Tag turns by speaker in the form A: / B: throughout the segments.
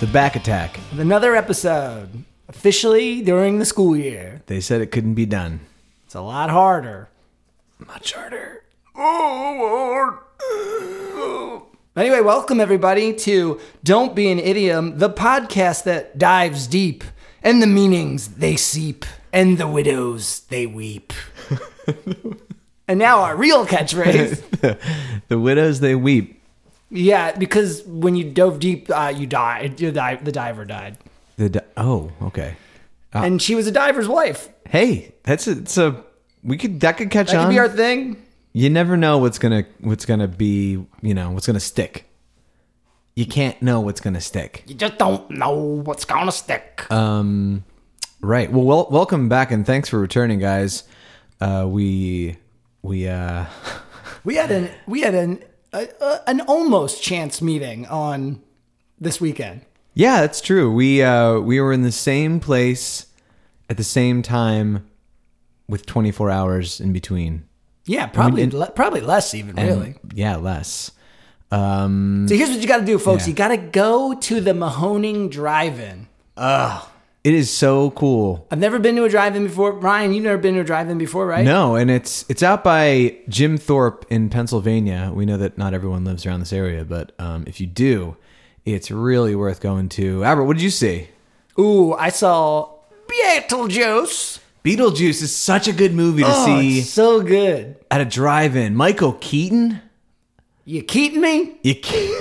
A: The back attack.
B: With Another episode, officially during the school year.
A: They said it couldn't be done.
B: It's a lot harder.
A: Much harder.
B: Anyway, welcome everybody to Don't Be an Idiom, the podcast that dives deep and the meanings they seep and the widows they weep. and now our real catchphrase.
A: The widows, they weep.
B: yeah, because when you dove deep, uh, you died. You di- the diver died.
A: The di- oh, okay.
B: And she was a diver's wife.
A: Hey, that's a, it's a we could that could catch
B: That
A: on.
B: could be our thing.
A: you never know what's gonna what's gonna be you know what's gonna stick. You can't know what's gonna stick.
B: You just don't know what's gonna stick.
A: Um, right. Well, wel- welcome back and thanks for returning, guys. Uh, we we uh,
B: We had an we had an a, a, an almost chance meeting on this weekend.
A: yeah, that's true. We uh, we were in the same place at the same time with 24 hours in between.
B: Yeah, probably le- probably less even
A: And-
B: really.
A: Yeah, less. Um,
B: So here's what you got to do, folks. You got to go to the Mahoning Drive-In.
A: it is so cool.
B: I've never been to a drive-in before. Ryan, you've never been to a drive-in before, right?
A: No, and it's it's out by Jim Thorpe in Pennsylvania. We know that not everyone lives around this area, but um, if you do, it's really worth going to. Albert, what did you see?
B: Ooh, I saw Beetlejuice.
A: Beetlejuice is such a good movie to
B: Oh,
A: see
B: it's so good.
A: at a drive-in. Michael Keaton,
B: You kidding me?
A: you can't.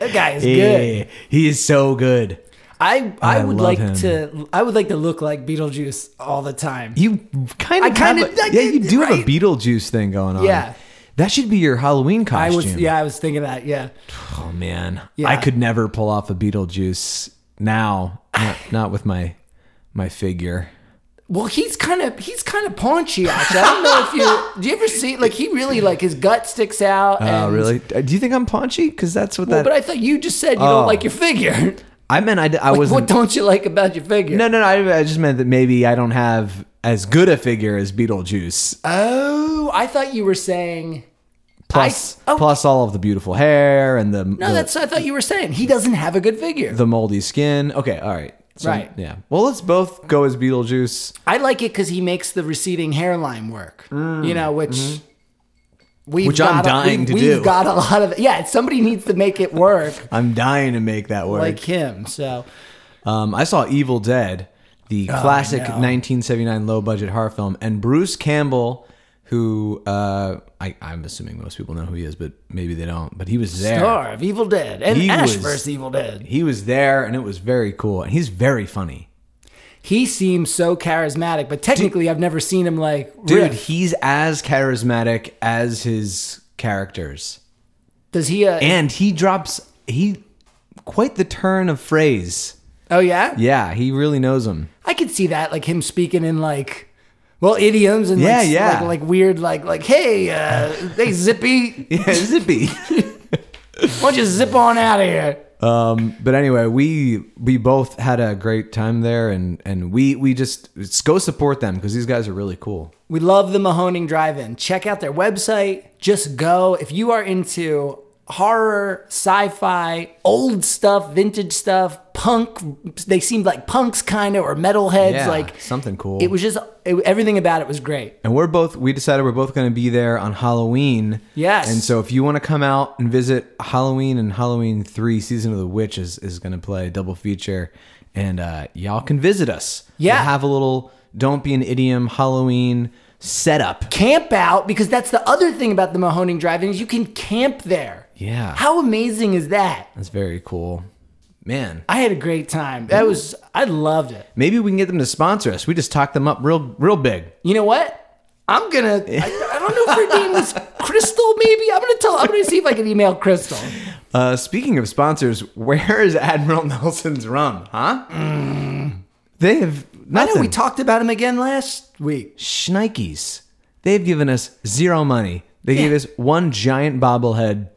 A: that
B: guy is good.
A: He is so good.
B: I I,
A: I
B: would
A: love
B: like
A: him.
B: to I would like to look like Beetlejuice all the time.
A: You kind
B: I
A: of,
B: kinda- I
A: yeah, you
B: did-
A: do have a
B: right?
A: Beetlejuice thing going on.
B: Yeah.
A: that should be your Halloween
B: I
A: costume.
B: was yeah, I was thinking that. Yeah.
A: Oh man,
B: Yeah.
A: I could never pull off a Beetlejuice now. Not, not with my my figure.
B: Well, he's kind of he's kind of paunchy. Actually, I don't know if you do you ever see like he really like his gut sticks out.
A: Oh
B: and-
A: really? Uh, Do you think I'm paunchy? Because that's what
B: Well,
A: that.
B: but I thought you just said you
A: Oh.
B: don't like your figure.
A: I, meant I, d- I wasn't.
B: what don't you like about your figure?
A: no, no, no. I, I just meant that maybe I don't have as good a figure as Beetlejuice.
B: Oh, I thought you were saying.
A: Plus,
B: oh.
A: plus all of the beautiful hair and the
B: No,
A: the,
B: that's what I thought you were saying. He doesn't have a good figure.
A: the moldy skin. Okay, all right. So,
B: Right.
A: Yeah. Well, let's both go as Beetlejuice.
B: I like it because he makes the receding hairline work. You know, which we've
A: Mm, mm-hmm. Which I'm
B: got a-
A: dying
B: we've-
A: to
B: we've
A: do.
B: got a lot of yeah. Somebody needs to make it work
A: I'm dying to make that work.
B: like him. So
A: Um, I saw Evil Dead, the classic
B: Oh, no.
A: 1979 low budget horror film, and Bruce Campbell, who uh, I, I'm assuming most people know who he is, but maybe they don't. But he was there.
B: star of Evil Dead and
A: He
B: Ash
A: was-
B: versus Evil Dead.
A: He was there, and it was very cool. And he's very funny,
B: he seems so charismatic, but technically, I've never seen him like.
A: dude.
B: Dude,
A: He's as charismatic as his characters,
B: does he? Uh,
A: and he drops he quite the turn of phrase.
B: oh yeah?
A: Yeah, he really knows him.
B: I could see that, like him speaking in like, well, idioms and
A: Yeah,
B: like,
A: yeah.
B: like, like weird, like like hey, uh, hey Zippy,
A: Yeah, zippy.
B: why don't you zip on out of here?
A: Um, but anyway, we we both had a great time there, and and we we just let's go support them because these guys are really cool.
B: We love the Mahoning Drive-In. Check out their website. Just go if you are into horror, sci-fi, old stuff, vintage stuff, punk. They seemed like punks kind of or metalheads.
A: yeah,
B: like
A: something cool.
B: it was just it, everything about it was great.
A: and we're both we decided we're both going to be there on Halloween.
B: Yes.
A: And so if you want to come out and visit Halloween and Halloween three, season of the witch is is going to play a double feature, and uh, y'all can visit us.
B: Yeah.
A: We'll have a little don't be an idiom Halloween setup.
B: camp out because that's the other thing about the Mahoning Drive-In is you can camp there.
A: Yeah.
B: How amazing is that?
A: That's very cool, man.
B: I had a great time. That was I loved it.
A: Maybe we can get them to sponsor us. We just talk them up real real big.
B: You know what? I'm gonna. I, I don't know if her name was Crystal. Maybe I'm gonna tell. I'm gonna see if I can email Crystal.
A: Uh, speaking of sponsors, where is Admiral Nelson's rum? Huh? They have
B: I
A: nothing.
B: know Mm. we talked about him again last week.
A: Schnikes. They've given us zero money. They gave us one giant bobblehead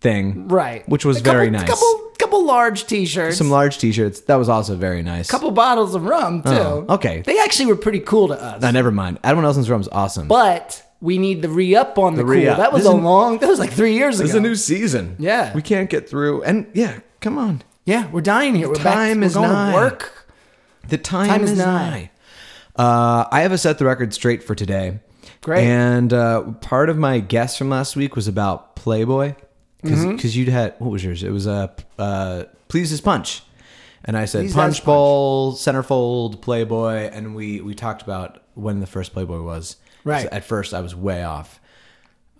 A: thing,
B: Right.
A: Which was
B: A couple-
A: very nice.
B: Couple couple large T-shirts.
A: Some large T-shirts. That was also very nice.
B: couple bottles of rum too.
A: Oh, okay.
B: They actually were pretty cool to us.
A: Uh, never mind. Admiral Nelson's rum's awesome.
B: But we need the re up on the, cool.
A: re-up.
B: That was
A: This
B: a
A: is-
B: long. That was like three years ago.
A: season.
B: Yeah.
A: we can't get through. And yeah, come on.
B: Yeah, we're dying here. We're
A: time
B: back.
A: is
B: we're going
A: nigh.
B: to work.
A: The time,
B: Time
A: is,
B: is
A: nigh.
B: nigh.
A: Uh, I have a set the record straight for today.
B: Great.
A: And uh, part of my guess from last week was about Playboy because
B: Mm-hmm.
A: you'd had what was yours? It was a uh, uh, please is punch, and I said
B: Please is
A: punch
B: Punch.
A: bowl, centerfold, Playboy, and we we talked about when the first Playboy was.
B: Right.
A: So at first, I was way off.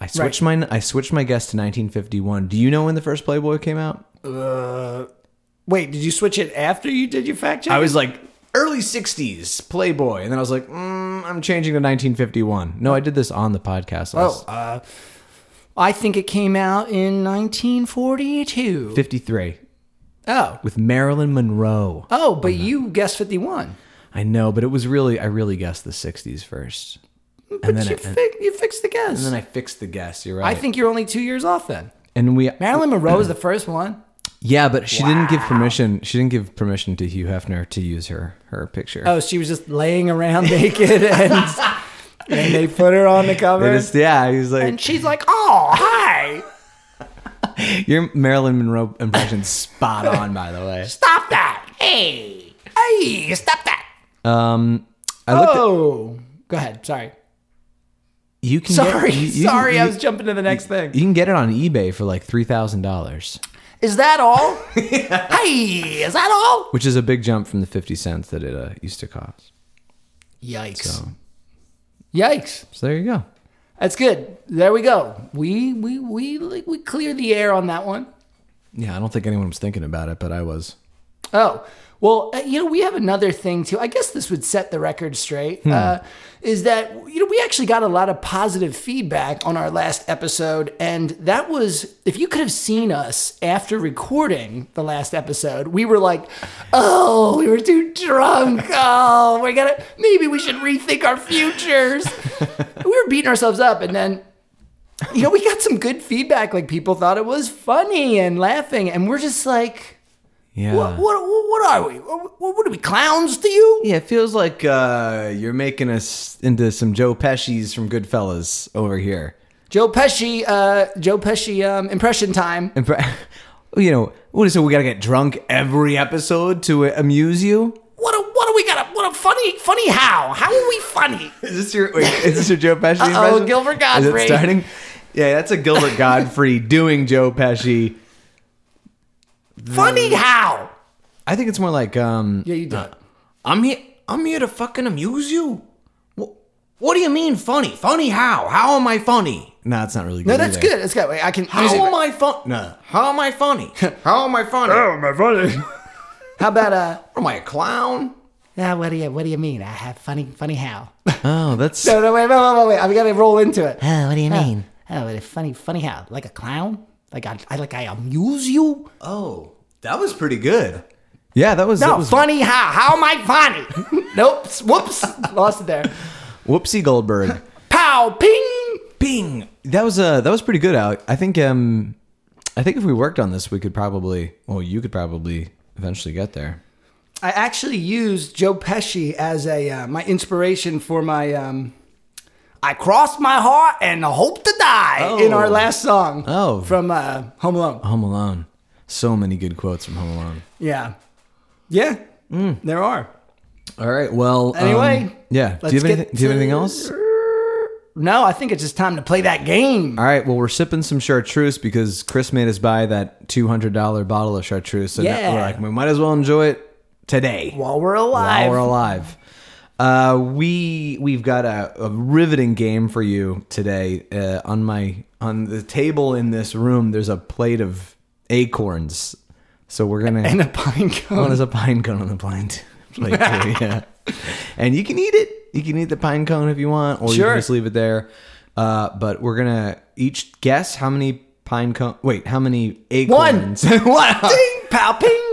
A: I switched my I switched my guess to 1951. Do you know when the first Playboy came out?
B: Uh, wait, did you switch it after you did your fact check?
A: I was like early 60s Playboy and then I was like mm, I'm changing to 1951. No, I did this on the podcast.
B: oh,
A: last
B: uh, I think it came out in 1942.
A: 53
B: Oh,
A: with Marilyn Monroe.
B: oh, but you guessed 51.
A: I know, but it was really I really guessed the 60s first. and then
B: you,
A: I, and
B: fi- you fixed the guess.
A: then I fixed the guess, you're
B: I
A: right.
B: think you're only two years off then.
A: and we
B: Marilyn Monroe is the first one.
A: Yeah, but she didn't give permission. She didn't give permission to Hugh Hefner to use her her picture.
B: Oh, she was just laying around naked and, and they put her on the cover.
A: They just- yeah, he's like
B: and she's like, oh, hi,
A: your Marilyn Monroe impression's spot on by the way.
B: stop that. Hey, hey, stop that.
A: Um I looked at,
B: oh, go ahead. Sorry.
A: you can get-
B: Sorry.
A: you- you can-
B: sorry, I
A: you-
B: was jumping to the next thing.
A: You can get it on eBay for like three thousand dollars,
B: Is that all? Hey, is that all?
A: which is a big jump from the fifty cents that it uh, used to cost.
B: Yikes. Yikes.
A: So there you go.
B: That's good. There we go. We we we like, we clear the air on that one.
A: Yeah, I don't think anyone was thinking about it, but I was.
B: Oh, well, uh, you know, we have another thing too. I guess this would set the record straight. Uh, is that you know we actually got a lot of positive feedback on our last episode, and that was if you could have seen us after recording the last episode, we were like, oh, we were too drunk. Oh, we gotta maybe we should rethink our futures. we were beating ourselves up, and then you know, we got some good feedback. Like people thought it was funny and laughing, and we're just like,
A: Yeah.
B: what, what, what are we? What, what are we clowns to you?
A: Yeah, it feels like uh, you're making us into some Joe Pesci's from Goodfellas over here.
B: Joe Pesci, uh, Joe Pesci, um, impression time.
A: And for, you know, what is it? We gotta get drunk every episode to amuse you.
B: What, a, what are we got? What a funny, funny how? How are we funny?
A: Is this your wait, is this your Joe Pesci
B: Uh-oh,
A: impression?
B: Gilbert
A: Is it
B: Gottfried.
A: starting? Yeah, that's a Gilbert Godfrey doing Joe Pesci.
B: funny how? Uh,
A: I think it's more like um,
B: Yeah, you do. it.
A: I'm here. I'm here to fucking amuse you. What, what do you mean funny? Funny how? How am I funny? No, that's not really good.
B: no, that's
A: either.
B: good. That's good. Wait, I can.
A: How am I funny? No. How am I funny? how am I funny?
B: Oh.
A: Am I funny?
B: How about uh?
A: am I a clown?
B: ah, what do you What do you mean? I have funny, funny how?
A: Oh, that's
B: no, no, wait, wait, wait, wait, wait. I'm gonna roll into it.
C: Oh, what do you mean?
B: Oh, what a funny, funny how? Like a clown? Like I, I like I amuse you?
A: oh, that was pretty good. Yeah, that was, that
B: No,
A: was
B: Oh, funny how? How am I funny? nope. Whoops. Lost it there.
A: whoopsie Goldberg.
B: Pow, ping.
A: Bing. That was uh that was pretty good, Alec. I think um I think if we worked on this, we could probably well, you could probably eventually get there.
B: I actually used Joe Pesci as a uh, my inspiration for my. Um, I crossed my heart and hope to die in our last song.
A: Oh.
B: from uh, Home Alone.
A: Home Alone. So many good quotes from Home Alone.
B: Yeah, yeah,
A: Mm.
B: there are.
A: All right. Well. um,
B: Anyway,
A: yeah. Do
B: let's
A: you have
B: get
A: anything? Do you have anything
B: to-
A: else?
B: No, I think it's just time to play that game.
A: All right. Well, we're sipping some chartreuse because Chris made us buy that two hundred dollar bottle of chartreuse. So now
B: Yeah.
A: we're like, we might as well enjoy it today
B: While we're alive,
A: while we're alive. Uh, we we've got a, a riveting game for you today. Uh, on my on the table in this room, there's a plate of acorns. So we're gonna
B: and a pine cone.
A: one is Oh, a pine cone on the pine t- plate too, yeah. And you can eat it. You can eat the pine cone if you want, or you
B: Sure.
A: can just leave it there. Uh, but we're gonna each guess how many pine cone. Wait, how many
B: One,
A: acorns?
B: one, ding, pow, ping.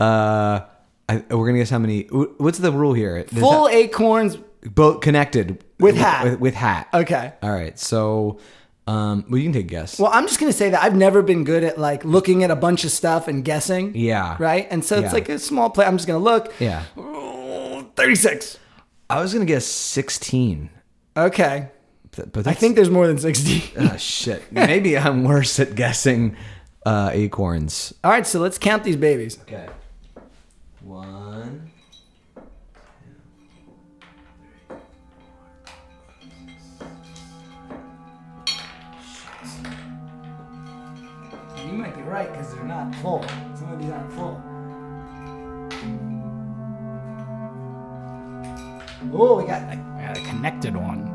A: Uh, I, we're gonna guess how many. wh- What's the rule here? There's
B: Full acorns.
A: ha- both connected
B: With hat.
A: With, with hat.
B: Okay.
A: All right. So, um, well, you can take a guess.
B: Well, I'm just gonna say that I've never been good at like looking at a bunch of stuff and guessing.
A: Yeah.
B: Right. And so
A: Yeah.
B: it's like a small play. I'm just gonna look.
A: yeah.
B: Oh, 36.
A: I was gonna guess sixteen,
B: Okay.
A: but
B: I
A: that's-
B: think there's more than 60.
A: Ah, shit. Maybe I'm worse at guessing uh, acorns.
B: All right, so let's count these babies.
A: Okay. One.
B: You might be right because they're not full. Some of these aren't full. Oh, we got, I got a connected one.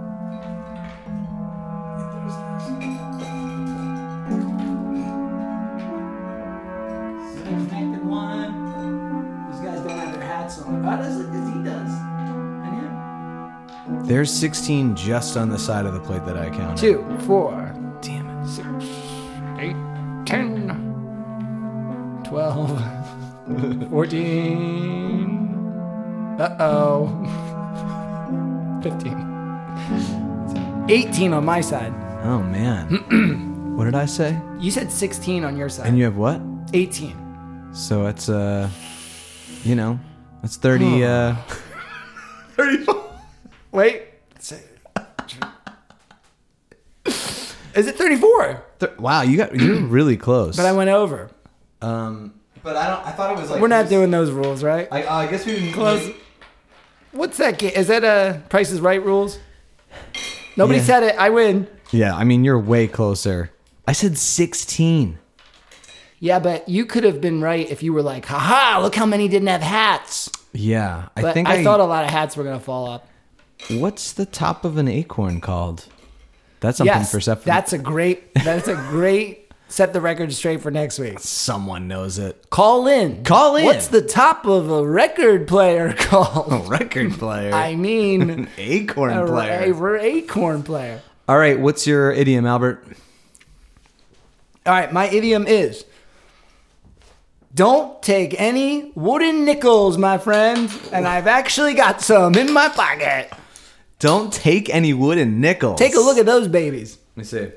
B: Connected one. These guys don't have their hats on. Oh, does it? Yes, he does. And him.
A: There's 16 just on the side of the plate that I counted.
B: Two, four,
A: Damn it.
B: six, eight, ten, twelve, fourteen. Uh oh. Fifteen. Eighteen on my side.
A: Oh man. what did I say?
B: You said sixteen on your side.
A: And you have what?
B: Eighteen.
A: So it's uh, you know, it's 30. Uh,
B: Wait. Is it thirty-four?
A: thir- wow, you got you're really close.
B: But I went over.
A: um, but I don't. I thought it was like
B: We're not doing those rules, right?
A: I, oh, I guess we didn't
B: Close. What's that game? Is that a Price is Right rules? Nobody
A: Yeah.
B: said it. I win.
A: Yeah, I mean you're way closer. I said 16.
B: Yeah, but you could have been right if you were like, haha, look how many didn't have hats.
A: Yeah, I
B: But I,
A: think
B: thought a lot of hats were going to fall up.
A: What's the top of an acorn called? That's something
B: Yes,
A: perceptive.
B: that's a great, that's a great, set the record straight for next week.
A: someone knows it.
B: Call in.
A: Call in. Oh.
B: What's the top of a record player called?
A: Record player.
B: I mean,
A: acorn
B: a,
A: player.
B: a- acorn player.
A: All right, what's your idiom, Albert?
B: All right, my idiom is don't take any wooden nickels, my friend. And I've actually got some in my pocket.
A: Don't take any wooden nickels.
B: Take a look at those babies.
A: Let me see.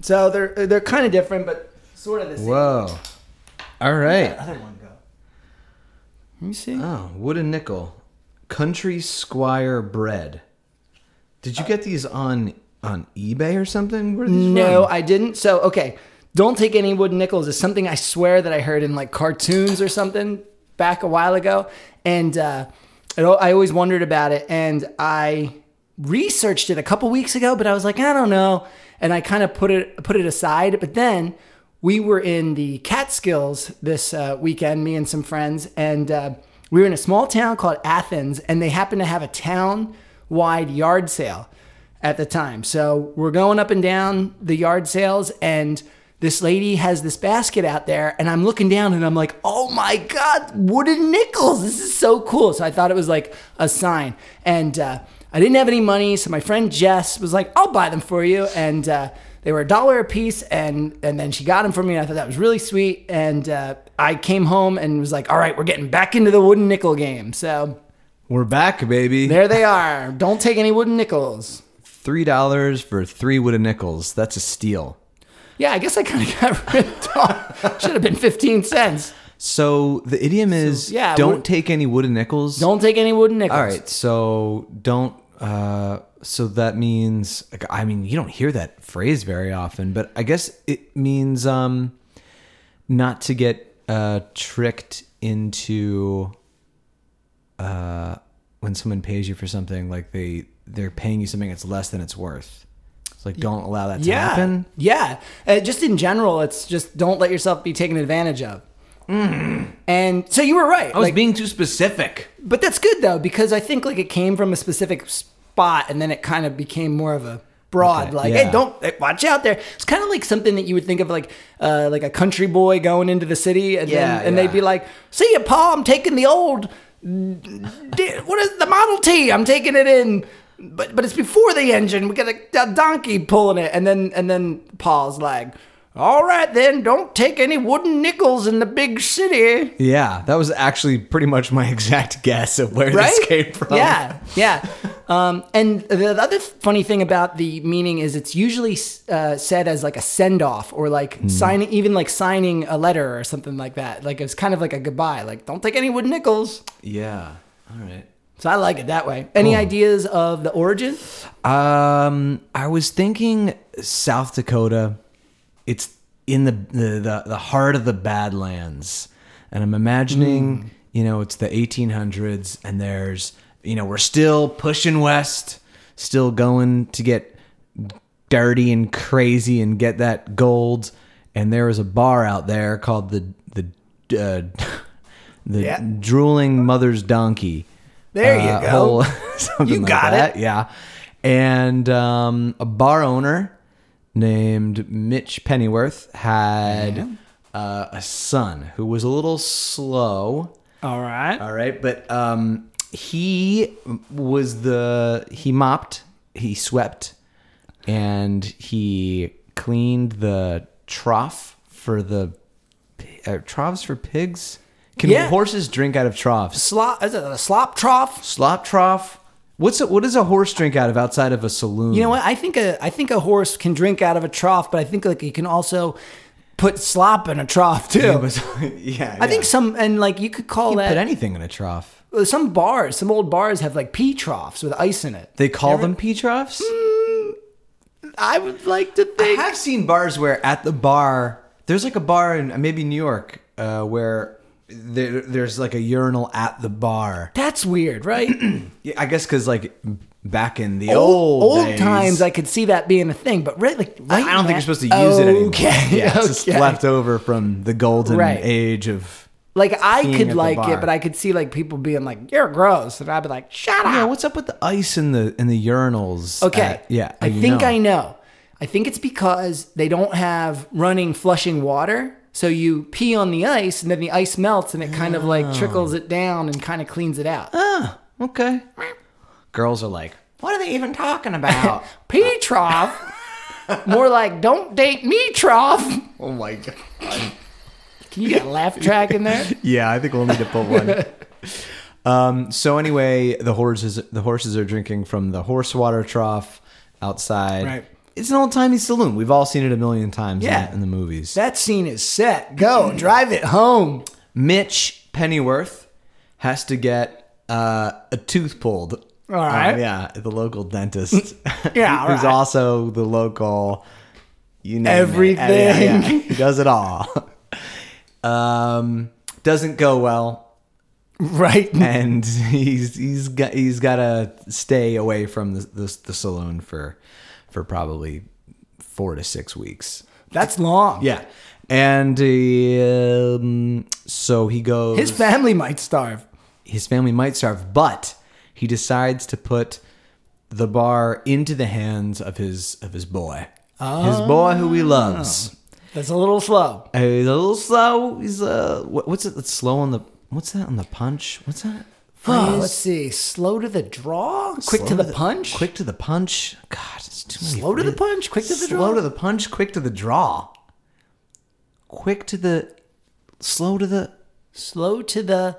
B: So they're they're kind of different, but sort of the same.
A: Whoa. All
B: The
A: right.
B: other one go. Let me see.
A: Oh, wooden nickel. Country Squire bread. Did you get these on on eBay or something? Where are these
B: no,
A: from?
B: I didn't. So okay, don't take any wooden nickels is something I swear that I heard in like cartoons or something back a while ago, and uh, it, al- I always wondered about it, and I researched it a couple weeks ago, but I was like, I don't know, and I kind of put it put it aside, but then. We were in the Catskills this uh, weekend, me and some friends, and uh, we were in a small town called Athens, and they happened to have a town wide yard sale at the time. So we're going up and down the yard sales, and this lady has this basket out there, and I'm looking down and I'm like, oh my God, wooden nickels. This is so cool. So I thought it was like a sign. And uh, I didn't have any money, so my friend Jess was like, I'll buy them for you. And uh, they were a dollar a piece, and, and then she got them for me, and I thought that was really sweet. And uh, I came home and was like, all right, we're getting back into the wooden nickel game. So
A: We're back, baby.
B: there they are. Don't take any wooden nickels.
A: Three dollars for three wooden nickels. That's a steal.
B: Yeah, I guess I kind of got ripped off. Should have been 15 cents.
A: So the idiom is
B: yeah,
A: don't
B: wood-
A: take any wooden nickels.
B: Don't take any wooden nickels.
A: All right, so don't. Uh, so that means, I mean, you don't hear that phrase very often, but I guess it means um, not to get uh, tricked into uh, when someone pays you for something, like they they're paying you something that's less than it's worth. It's like don't allow that to
B: Yeah.
A: happen.
B: Yeah. Uh, just in general, it's just don't let yourself be taken advantage of. And so you were right.
A: Hmm. I was
B: like,
A: being too specific.
B: but that's good though because I think like it came from a specific spot and then it kind of became more of a broad
A: Okay,
B: like
A: yeah.
B: hey don't hey, watch out there. It's kind of like something that you would think of like uh, like a country boy going into the city and
A: Yeah,
B: then, and
A: yeah.
B: they'd be like, "See ya, pa, I'm taking the old di- what is the Model T? I'm taking it in." But, but it's before the engine. We got a, a donkey pulling it, and then and then Paul's like, "All right then, don't take any wooden nickels in the big city."
A: Yeah, that was actually pretty much my exact guess of where
B: right?
A: this came from.
B: Yeah, yeah. um, and the other funny thing about the meaning is it's usually uh, said as like a send off or like signing, even like signing a letter or something like that. Like it's kind of like a goodbye. Like don't take any wood nickels.
A: Yeah. All right.
B: So I like it that way. Any
A: Cool.
B: ideas of the origin?
A: Um, I was thinking South Dakota, it's in the the the, the heart of the Badlands, and I'm imagining
B: Hmm.
A: you know it's the 1800s, and there's you know we're still pushing west, still going to get dirty and crazy and get that gold. And there was a bar out there called the the uh, the
B: Yeah.
A: drooling mother's donkey. Uh,
B: There you go.
A: something
B: You
A: like
B: got
A: that. Yeah, and um, a bar owner named Mitch Pennyworth had uh, a son who was a little slow.
B: All right.
A: All right, but um, he was the he mopped, he swept, and he cleaned the trough for the uh, troughs for pigs. Can
B: Yeah.
A: horses drink out of troughs?
B: Slop is it a slop trough.
A: Slop trough. What's a, what does a horse drink out of outside of a saloon?
B: You know what? I think a I think a horse can drink out of a trough, but I think like you can also put slop in a trough too.
A: Yeah, but- yeah,
B: I think some and like you could call
A: put
B: that
A: anything in a trough.
B: some bars, some old bars have like pea troughs with ice in it.
A: They call them pea troughs.
B: I would like to think
A: Mm, I have seen bars where at the bar, there's like a bar in maybe New York uh, where there, there's like a urinal at the bar.
B: that's weird, right?
A: Yeah, I guess because like back in the
B: old,
A: old
B: old
A: days-
B: times, I could see that being a thing, but right, like
A: I
B: right
A: don't think
B: now-
A: you're supposed to use it anymore.
B: Okay,
A: yeah, it's just
B: okay.
A: left over from the golden
B: Right.
A: age of.
B: Like I
A: Peeing at
B: could
A: the
B: like
A: bar.
B: it, but I could see like people being like, "You're gross," and I'd be like, "Shut up."
A: Yeah, what's up with the ice in the in the urinals?
B: Okay.
A: at- yeah,
B: I
A: you
B: think
A: know.
B: I know. I think it's because they don't have running flushing water. So you pee on the ice and then the ice melts and it kind of
A: Oh.
B: like trickles it down and kind of cleans it out.
A: Okay. Girls are like, what are they even talking about?
B: pee trough. More like don't date me trough.
A: oh my god.
B: Can you get a laugh track in there?
A: Yeah, I think we'll need to put one. um, so anyway, the horses the horses are drinking from the horse water trough outside.
B: Right.
A: It's an old timey saloon. We've all seen it a million times in-
B: Yeah.
A: in, the movies.
B: That scene is set. Go, drive it home.
A: Mitch Pennyworth has to get uh, a tooth pulled.
B: All right. Mm.
A: Um, yeah, at the local dentist.
B: Yeah, all
A: who's
B: right.
A: also the local. You name it.
B: Everything.
A: Yeah, yeah. He does it all. um, doesn't go well.
B: Right.
A: and he's he's got he's got to stay away from the, the the saloon for for probably four to six weeks.
B: That's long.
A: Yeah, and um, so he goes.
B: His family might starve.
A: his family might starve, but he decides to put the bar into the hands of his of his boy, his boy who he
B: Ah.
A: loves.
B: That's a little slow.
A: Uh, He's a little slow. He's uh, what, what's it? It's slow on the. What's that on the punch? What's that?
B: Oh,
A: phrase?
B: let's see. Slow to the draw, quick
A: Slow
B: to the punch.
A: Quick to the punch. God, it's too many.
B: Slow to the
A: phrases.
B: punch, quick to the
A: slow
B: draw.
A: to the punch. Quick to the draw. Quick to the. Slow to the.
B: Slow to the.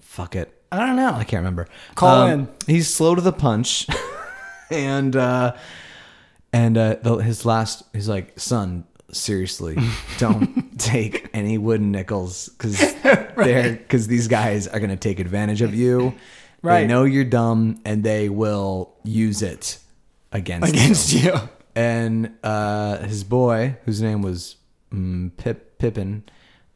A: Fuck it.
B: I don't know.
A: I can't remember. Um,
B: Call in.
A: He's slow to the punch, and uh, and uh, the, his last. He's like, son, seriously, don't take any wooden nickels because they're because these guys are gonna take advantage of you. They
B: Right.
A: know you're dumb, and they will use it against
B: Against you.
A: and uh, his boy, whose name was mm, Pip Pippin,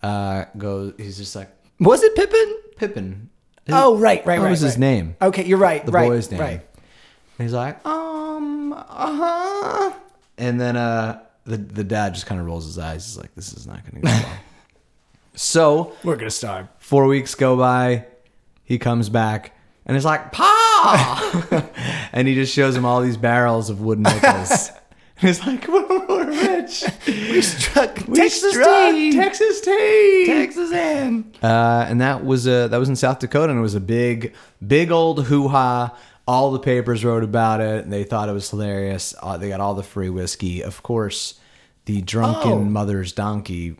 A: uh, goes. He's just like
B: Was it Pippin?
A: Pippin.
B: Oh, right, right,
A: That
B: right.
A: was his
B: right.
A: name.
B: Okay, you're right.
A: The
B: right,
A: boy's name.
B: Right.
A: And he's like, um, uh huh. And then uh, the the dad just kind of rolls his eyes. He's like, this is not going to go well. so
B: We're gonna starve.
A: Four weeks go by. He comes back and is like, Pa! and he just shows him all these barrels of wooden nickels. and he's like, We're rich. We struck
B: Texas tea.
A: Texas tea.
B: Texas in.
A: uh, and that was uh that was in South Dakota, and it was a big, big old hoo ha. All the papers wrote about it, and they thought it was hilarious. Uh, they got all the free whiskey. Of course, the drunken
B: Oh.
A: mother's donkey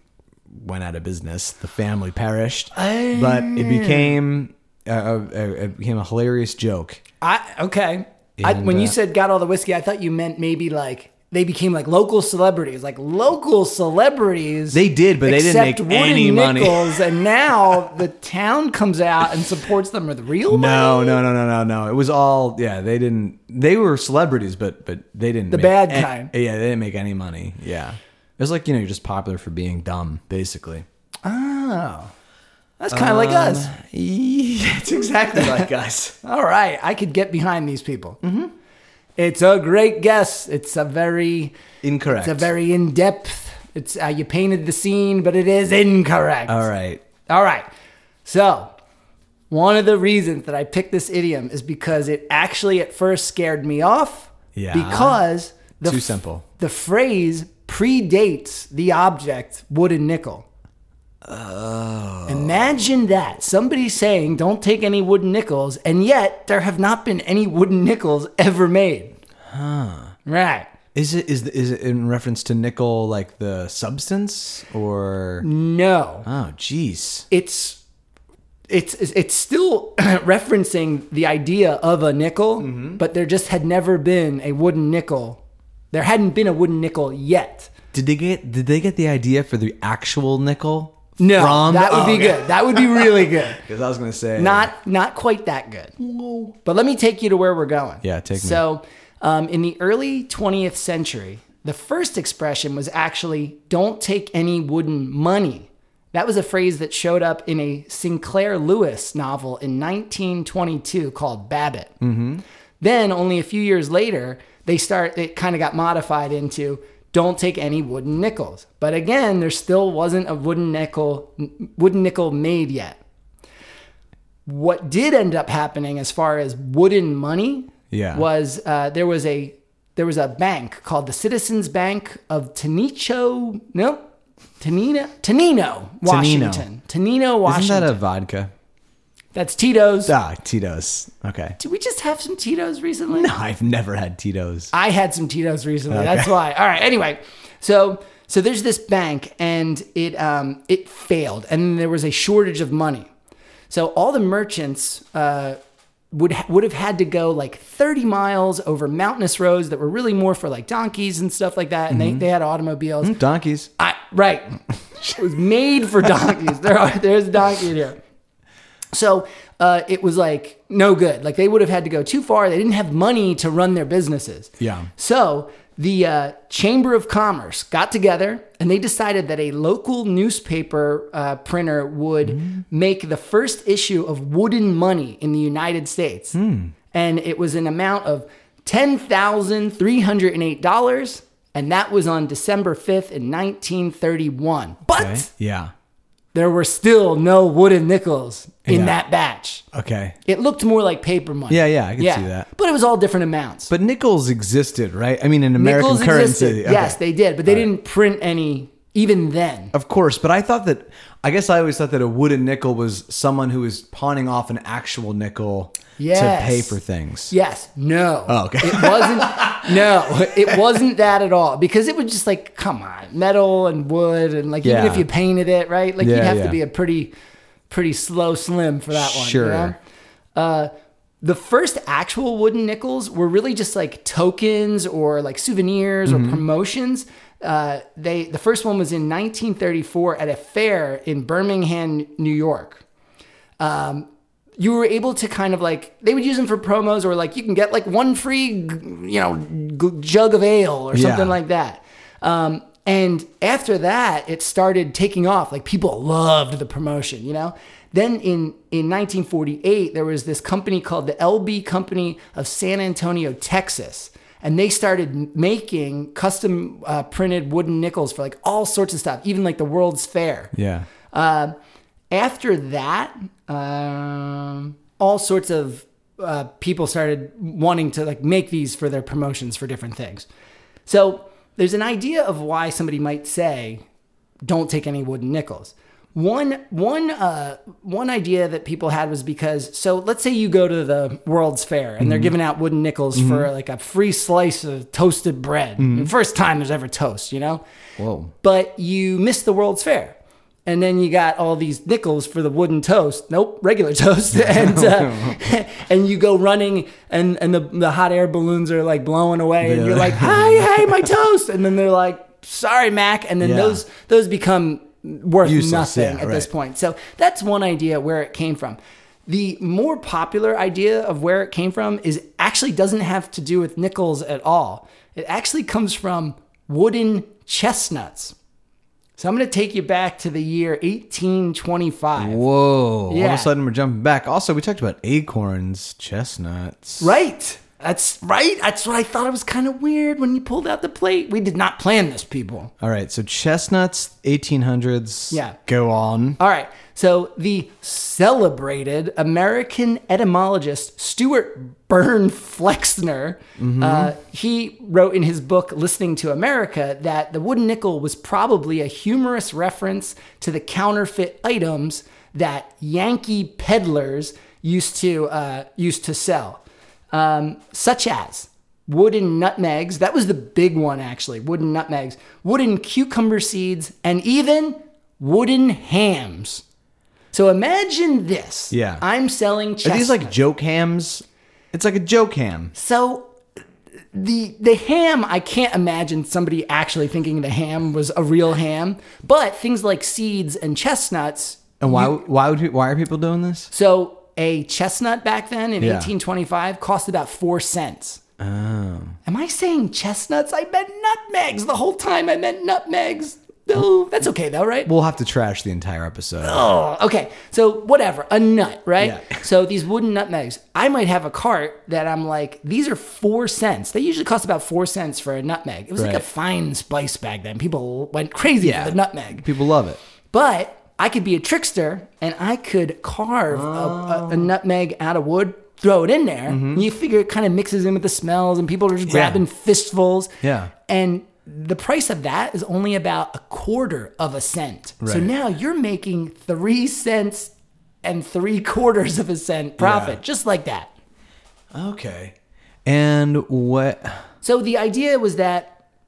A: went out of business. The family perished,
B: Oh.
A: but it became uh, uh, uh, it became a hilarious joke.
B: I okay. I,
A: And,
B: when you
A: uh,
B: said got all the whiskey, I thought you meant maybe like they became like local celebrities, like local celebrities.
A: They did, but they didn't
B: accept
A: make
B: wooden
A: any money.
B: nickels, and now the town comes out and supports them with real
A: No,
B: money.
A: no, no, no, no, no. It was all yeah. They didn't. They were celebrities, but but they didn't. The
B: bad kind.
A: yeah, they didn't make any money. Yeah. It's like you know you're just popular for being dumb, basically.
B: Oh. That's kind of like
A: um,
B: us.
A: Yeah, it's exactly like us.
B: All right, I could get behind these people. Mm-hmm. It's a great guess. It's a very,
A: Incorrect.
B: it's a very in depth. It's uh, you painted the scene, but it is incorrect.
A: All right.
B: All right. So, one of the reasons that I picked this idiom is because it actually at first scared me off.
A: Yeah.
B: Because the
A: Too
B: f-
A: simple.
B: the phrase predates the object wooden nickel. Oh. Imagine that. Somebody saying, don't take any wooden nickels, and yet there have not been any wooden nickels ever made. Huh. Right.
A: Is it is is it in reference to nickel like the substance or
B: No.
A: oh jeez
B: it's it's it's still referencing the idea of a nickel, but there just had never been a wooden nickel. There hadn't been a wooden nickel yet.
A: did they get did they get the idea for the actual nickel?
B: No,
A: from-
B: that would
A: Oh,
B: be
A: okay.
B: good. That would be really good.
A: 'Cause I was gonna say
B: Not not quite that good. But let me take you to where we're going.
A: Yeah, take me.
B: So, um, in the early 20th century, the first expression was actually "Don't take any wooden money." That was a phrase that showed up in a Sinclair Lewis novel in 1922 called Babbitt. Mm-hmm. Then, only a few years later, they start. It kind of got modified into "Don't take any wooden nickels." But again, there still wasn't a wooden nickel wooden nickel made yet what did end up happening as far as wooden money
A: Yeah.
B: was uh, there was a there was a bank called the Citizens Bank of Tenicho no Tenino Tenino Washington Tenino
A: isn't
B: Washington
A: that a vodka?
B: that's Tito's
A: Ah, Tito's. Okay.
B: did we just have some Tito's recently
A: No, Uh, I've never had Tito's.
B: I had some Tito's recently. That's why. All right. Anyway, so so there's this bank and it um, it failed and there was a shortage of money. So all the merchants uh, would ha- would have had to go like 30 miles over mountainous roads that were really more for like donkeys and stuff like that. And they, they had automobiles.
A: Mm-hmm. Donkeys.
B: I, right. it was made for donkeys. There are there's a donkey in here. So uh, it was like no good. Like they would have had to go too far. They didn't have money to run their businesses.
A: Yeah.
B: So the uh, Chamber of Commerce got together and they decided that a local newspaper uh, printer would
A: Mm.
B: make the first issue of wooden money in the United States.
A: Hmm.
B: And it was an amount of $10,308. And that was on December 5th in 1931. But
A: Okay. Yeah.
B: there were still no wooden nickels in
A: Yeah.
B: that batch.
A: Okay.
B: It looked more like paper money.
A: Yeah, yeah, I can see that.
B: But it was all different amounts.
A: But nickels existed, right? I mean, in American
B: Nickels
A: currency.
B: existed.
A: Okay.
B: Yes, they did, but they didn't print any even then.
A: Of course, but I thought that I guess I always thought that a wooden nickel was someone who was pawning off an actual nickel
B: Yes.
A: to pay for things.
B: Yes, no.
A: Oh, okay.
B: It wasn't. no, it wasn't that at all because it was just like, come on, metal and wood and like even
A: Yeah.
B: if you painted it right, like you'd
A: Yeah,
B: have
A: yeah.
B: to be a pretty, pretty slow slim for that one. you
A: Sure.
B: know? Uh, the first actual wooden nickels were really just like tokens or like souvenirs
A: Mm-hmm.
B: or promotions. Uh, they the first one was in 1934 at a fair in Birmingham, New York. Um, you were able to kind of like they would use them for promos or like you can get like one free g- you know g- jug of ale or
A: Yeah.
B: something like that. Um, and after that, it started taking off. Like people loved the promotion, you know. Then in in 1948, there was this company called the LB Company of San Antonio, Texas, and they started m- making custom uh, printed wooden nickels for like all sorts of stuff, even like the World's Fair.
A: Yeah.
B: Uh, after that, um, all sorts of uh, people started wanting to like make these for their promotions for different things. So there's an idea of why somebody might say, "Don't take any wooden nickels." One one uh, one idea that people had was because so let's say you go to the World's Fair and they're giving out wooden nickels for like a free slice of toasted bread. First time there's ever toast, you know
A: Whoa.
B: but you missed the World's Fair. And then you got all these nickels for the wooden toast. Nope, regular toast. And uh, and you go running, and and the, the hot air balloons are like blowing away, and you're
A: Yeah.
B: like, "Hey, hey, my toast!" And then they're like, "Sorry, Mac." And then
A: Yeah.
B: those those become worth
A: Useless,
B: nothing
A: yeah,
B: at this
A: right.
B: point. So that's one idea where it came from. The more popular idea of where it came from is actually doesn't have to do with nickels at all. It actually comes from wooden chestnuts. So I'm going to take you back to the year 1825.
A: Whoa. All of
B: Yeah.
A: a sudden, we're jumping back. Also, we talked about acorns, chestnuts.
B: Right. That's right. That's what I thought. It was kind of weird when you pulled out the plate. We did not plan this, people.
A: All right. So, chestnuts, 1800s.
B: Yeah.
A: Go on.
B: All right. So the celebrated American etymologist Stuart Byrne Flexner, uh, he wrote in his book *Listening to America* that the wooden nickel was probably a humorous reference to the counterfeit items that Yankee peddlers used to uh, used to sell, um, such as wooden nutmegs. That was the big one, actually. Wooden nutmegs, wooden cucumber seeds, and even wooden hams. So imagine this.
A: Yeah.
B: I'm selling
A: Are
B: chestnuts.
A: these like joke hams? It's like a joke ham.
B: so the the ham I can't imagine somebody actually thinking the ham was a real ham, but things like seeds and chestnuts.
A: And why why would why are people doing this?
B: So a chestnut back then in
A: Yeah.
B: 1825 cost about 4 cents. Oh. Am I saying chestnuts? I meant nutmegs the whole time. I meant nutmegs. No, that's okay though, right?
A: We'll have to trash the entire episode.
B: Okay, so whatever, a nut, right?
A: Yeah.
B: So these wooden nutmegs, I might have a cart that I'm like, these are four cents. They usually cost about four cents for a nutmeg. It was like a
A: Right.
B: fine spice bag then. People went crazy
A: Yeah.
B: for the nutmeg.
A: People love it.
B: But I could be a trickster and I could carve a, a,
A: Oh.
B: a nutmeg out of wood, throw it in there.
A: Mm-hmm.
B: and You figure it kind of mixes in with the smells and people are just grabbing fistfuls.
A: Yeah.
B: And the price of that is only about a quarter of a cent. So
A: Right.
B: now you're making three cents and three quarters of a cent profit,
A: Yeah.
B: just like that.
A: Okay. And what?
B: So the idea was that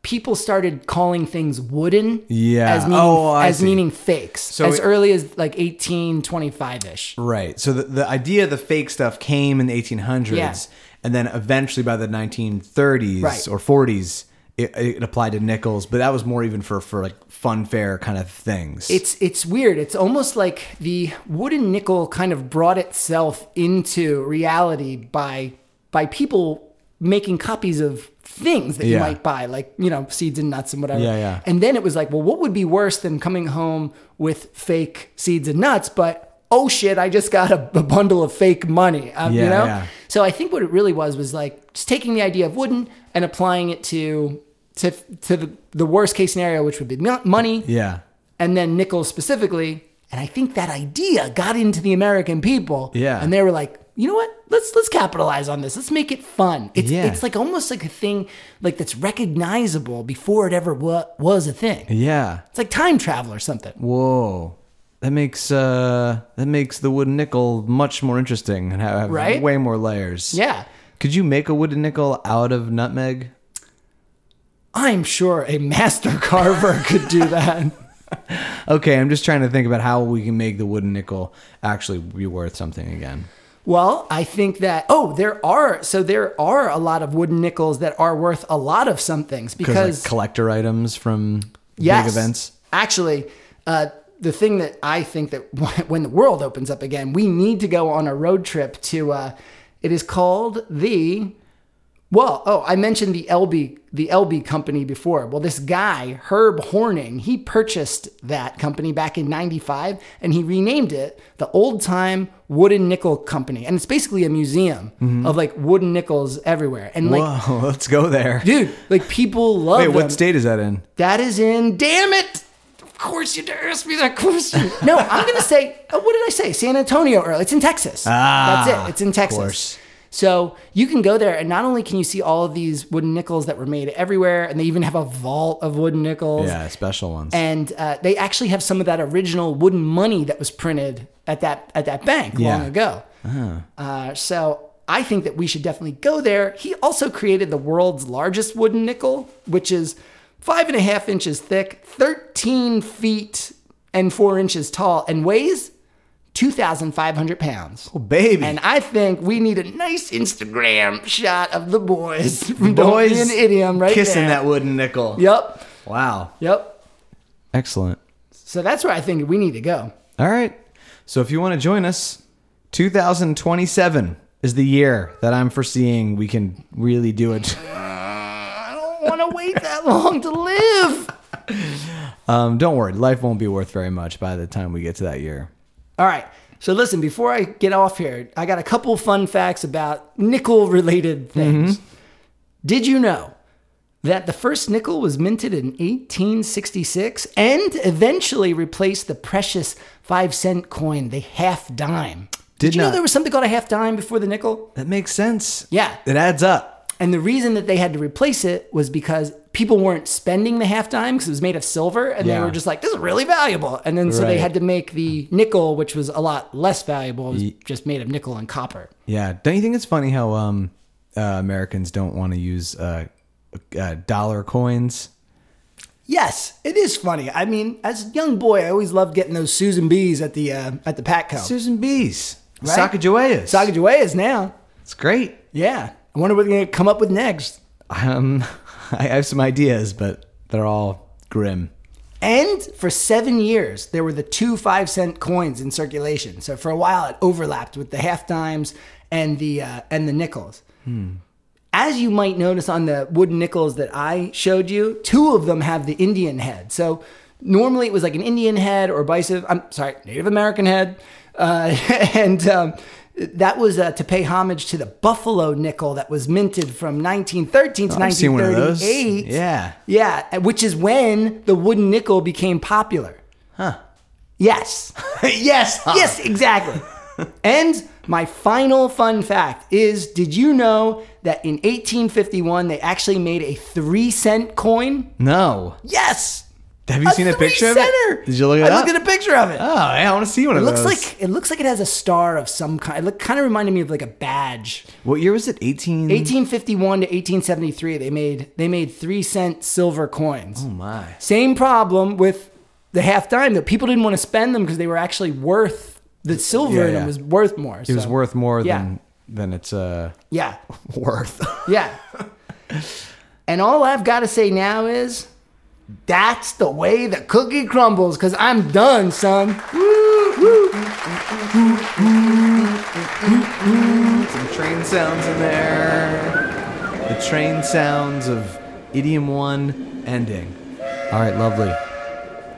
B: people started calling things wooden
A: Yeah.
B: as meaning,
A: Oh, I
B: as
A: see.
B: meaning fakes as
A: it-
B: early as like 1825ish.
A: Right. So the, the idea of the fake stuff came in the 1800s,
B: Yeah.
A: and then eventually by the 1930s
B: Right.
A: or 40s, it, it applied to nickels. But that was more even for for like fun fair kind of things.
B: It's it's weird. It's almost like the wooden nickel kind of brought itself into reality by by people making copies of things that you
A: Yeah.
B: might buy, like you know seeds and nuts and whatever.
A: Yeah, yeah.
B: And then it was like, well, what would be worse than coming home with fake seeds and nuts? But oh shit, I just got a, a bundle of fake money. Um, you
A: Yeah,
B: know.
A: yeah.
B: So I think what it really was was like just taking the idea of wooden and applying it to to to the, the worst case scenario, which would be mo- money
A: yeah.
B: and then nickel specifically. And I think that idea got into the American people.
A: Yeah.
B: And they were like, you know what? Let's let's capitalize on this. Let's make it fun. It's
A: Yeah.
B: it's like almost like a thing like that's recognizable before it ever wa- was a thing.
A: Yeah.
B: It's like time travel or something.
A: Whoa. That makes uh that makes the wooden nickel much more interesting and have
B: Right?
A: way more layers.
B: Yeah.
A: Could you make a wooden nickel out of nutmeg?
B: I'm sure a master carver could do that.
A: Okay, I'm just trying to think about how we can make the wooden nickel actually be worth something again.
B: Well, I think that oh, there are so there are a lot of wooden nickels that are worth a lot of some things because
A: Because like, collector items from big events.
B: Actually, uh, the thing that I think that when the world opens up again, we need to go on a road trip to. Uh, it is called the. Well, oh, I mentioned the LB the LB company before. Well, this guy Herb Horning, he purchased that company back in '95, and he renamed it the Old Time Wooden Nickel Company, and it's basically a museum of like wooden nickels everywhere. And like,
A: Mm-hmm. Whoa, let's go there.
B: dude, like people love.
A: Wait,
B: them.
A: what state is that in?
B: That is in. Damn it! Of course you dare ask me that question. no, I'm gonna say. uh, What did I say? San Antonio. Earl. It's in Texas.
A: Ah,
B: that's it. It's in
A: of
B: Texas.
A: course.
B: So you can go there, and not only can you see all of these wooden nickels that were made everywhere, and they even have a vault of wooden nickels.
A: Yeah, special ones.
B: And uh, they actually have some of that original wooden money that was printed at that at that bank long
A: Yeah. Uh-huh.
B: ago. Uh, so I think that we should definitely go there. He also created the world's largest wooden nickel, which is five and a half inches thick, 13 feet and four inches tall, and weighs 2,500 pounds.
A: oh, baby.
B: And I think we need a nice Instagram shot of the boys. from Don't be
A: Boys
B: an idiom right
A: kissing
B: there.
A: that wooden nickel.
B: Yep.
A: Wow.
B: Yep.
A: Excellent.
B: So that's where I think we need to go.
A: All right. So if you want to join us, 2027 is the year that I'm foreseeing we can really do it.
B: I don't want to wait that long to live.
A: Um, don't worry, life won't be worth very much by the time we get to that year.
B: All right. So listen, before I get off here, I got a couple fun facts about nickel related
A: Mm-hmm.
B: things. Did you know that the first nickel was minted in 1866 and eventually replaced the precious 5 cent coin, the half dime?
A: Did
B: you know
A: not.
B: there was something called a half dime before the nickel?
A: That makes sense.
B: Yeah.
A: It adds up.
B: And the reason that they had to replace it was because people weren't spending the half dime because it was made of silver, and they
A: Yeah.
B: were just like, "This is really valuable." And then so they
A: Right.
B: had to make the nickel, which was a lot less valuable, it was just made of nickel and copper.
A: Yeah. Don't you think it's funny how um, uh, Americans don't want to use uh, uh, dollar coins?
B: Yes, it is funny. I mean, as a young boy, I always loved getting those Susan B's at the uh, at the Patco.
A: Susan B's.
B: Right?
A: Sacagaweas.
B: Sacagawea's now.
A: it's great.
B: Yeah, I wonder what they're gonna come up with next.
A: Um, I have some ideas, but they're all grim.
B: And for seven years, there were the two five cent coins in circulation. So for a while, it overlapped with the half dimes and the uh, and the nickels. As you might notice on the wooden nickels that I showed you, two of them have the Indian head. So normally it was like an Indian head or bison. I'm sorry, Native American head, uh, and. Um, that was uh, to pay homage to the buffalo nickel that was minted from 1913 to
A: I've seen one of those.
B: 1938.
A: Yeah.
B: Yeah, which is when the wooden nickel became popular.
A: Huh.
B: Yes. yes. Yes, exactly. and my final fun fact is did you know that in 1851 they actually made a 3 cent coin?
A: No.
B: Yes.
A: Have you seen a
B: three
A: picture of
B: center!
A: it? Did you look it
B: I
A: up?
B: looked at a picture of it.
A: oh, yeah, I want to see one
B: it
A: of
B: looks
A: those.
B: like it looks like it has a star of some kind. It look, kind of reminded me of like a badge.
A: What year was it? 18?
B: 1851 to 1873 they made they made 3 cent silver coins.
A: Oh, my.
B: Same problem with the half dime that people didn't want to spend them because they were actually worth the silver
A: Yeah,
B: in
A: yeah.
B: them was worth more.
A: It was worth more
B: Yeah.
A: than than it's uh,
B: Yeah,
A: worth.
B: yeah. and all I've got to say now is that's the way the cookie crumbles because I'm done, son.
A: Some train sounds in there. The train sounds of idiom one ending. All right, lovely.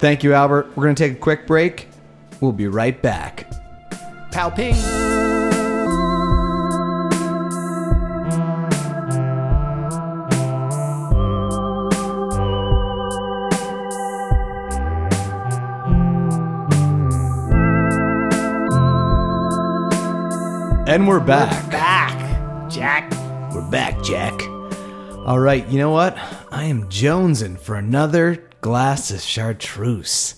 A: Thank you, Albert. We're going to take a quick break. We'll be right back.
B: Pow ping.
A: And we're back.
B: Back, Jack.
A: We're back, Jack. All right, you know what? I am jonesing for another glass of chartreuse.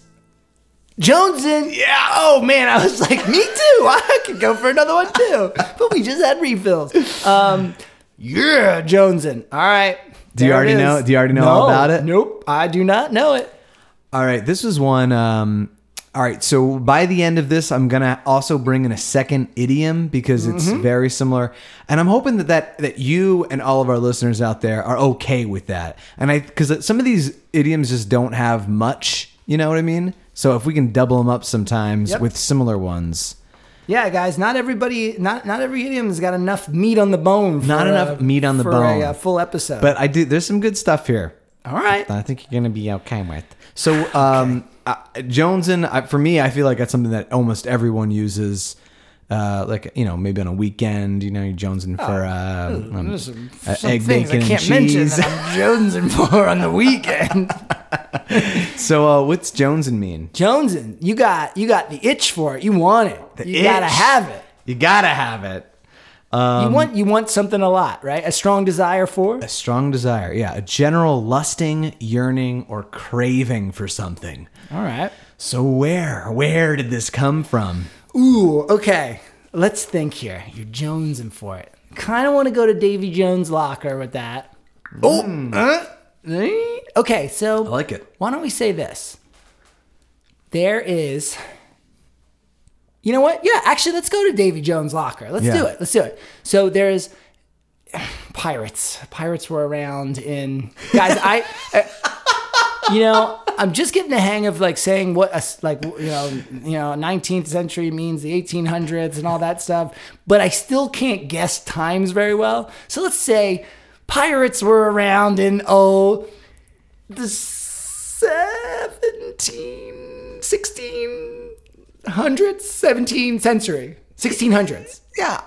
B: Joneson. Yeah. Oh man, I was like, me too. I could go for another one too. But we just had refills. Um, yeah, Joneson. All right.
A: Do you
B: There it
A: already
B: is.
A: know- do you already know all
B: No.
A: about it?
B: Nope. I do not know it.
A: All right, this is one. Um, all right, so by the end of this, I'm gonna also bring in a second idiom because it's very similar, and I'm hoping that, that that you and all of our listeners out there are okay with that. And I because some of these idioms just don't have much, you know what I mean? So if we can double them up sometimes
B: Yep.
A: with similar ones,
B: Yeah, guys. Not everybody. Not not every idiom's got enough meat on the bone. For
A: Not enough
B: a-
A: meat on the
B: for
A: bone.
B: A, uh, full episode.
A: but uh, I do. There's some good stuff here.
B: all right.
A: that I think you're gonna be okay with. So, um, uh, Jones and I, for me, I feel like that's something that almost everyone uses. Uh, like you know, maybe on a weekend, you know, you're jonesing for uh, um,
B: There's some,
A: uh,
B: some
A: egg
B: things I
A: bacon and
B: can't mention
A: cheese.
B: that I'm jonesing for on the weekend.
A: so, uh, what's jonesing mean?
B: jonesing, you got you got the itch for it. You want it. you gotta
A: itch.
B: have it.
A: You gotta have it.
B: You want you want something a lot, right? A strong desire for.
A: A strong desire, yeah, a general lusting, yearning, or craving for something.
B: All right.
A: So, where, where did this come from?
B: Ooh, okay. Let's think here. You're jonesing for it. Kind of want to go to Davy Jones' locker with that. Oh, uh, eh? okay. So
A: Hmm. I like it.
B: Why don't we say this? There is. You know what? Yeah, actually, let's go to Davy Jones' locker. Let's
A: Yeah.
B: do it. Let's do it. So there is pirates. Pirates were around in guys. I, I- you know, I'm just getting the hang of like saying what a s like you know you know 19th century means the 1800s and all that stuff, but I still can't guess times very well. So let's say pirates were around in oh the 17, 16, 17 century. 1600s.
A: Yeah,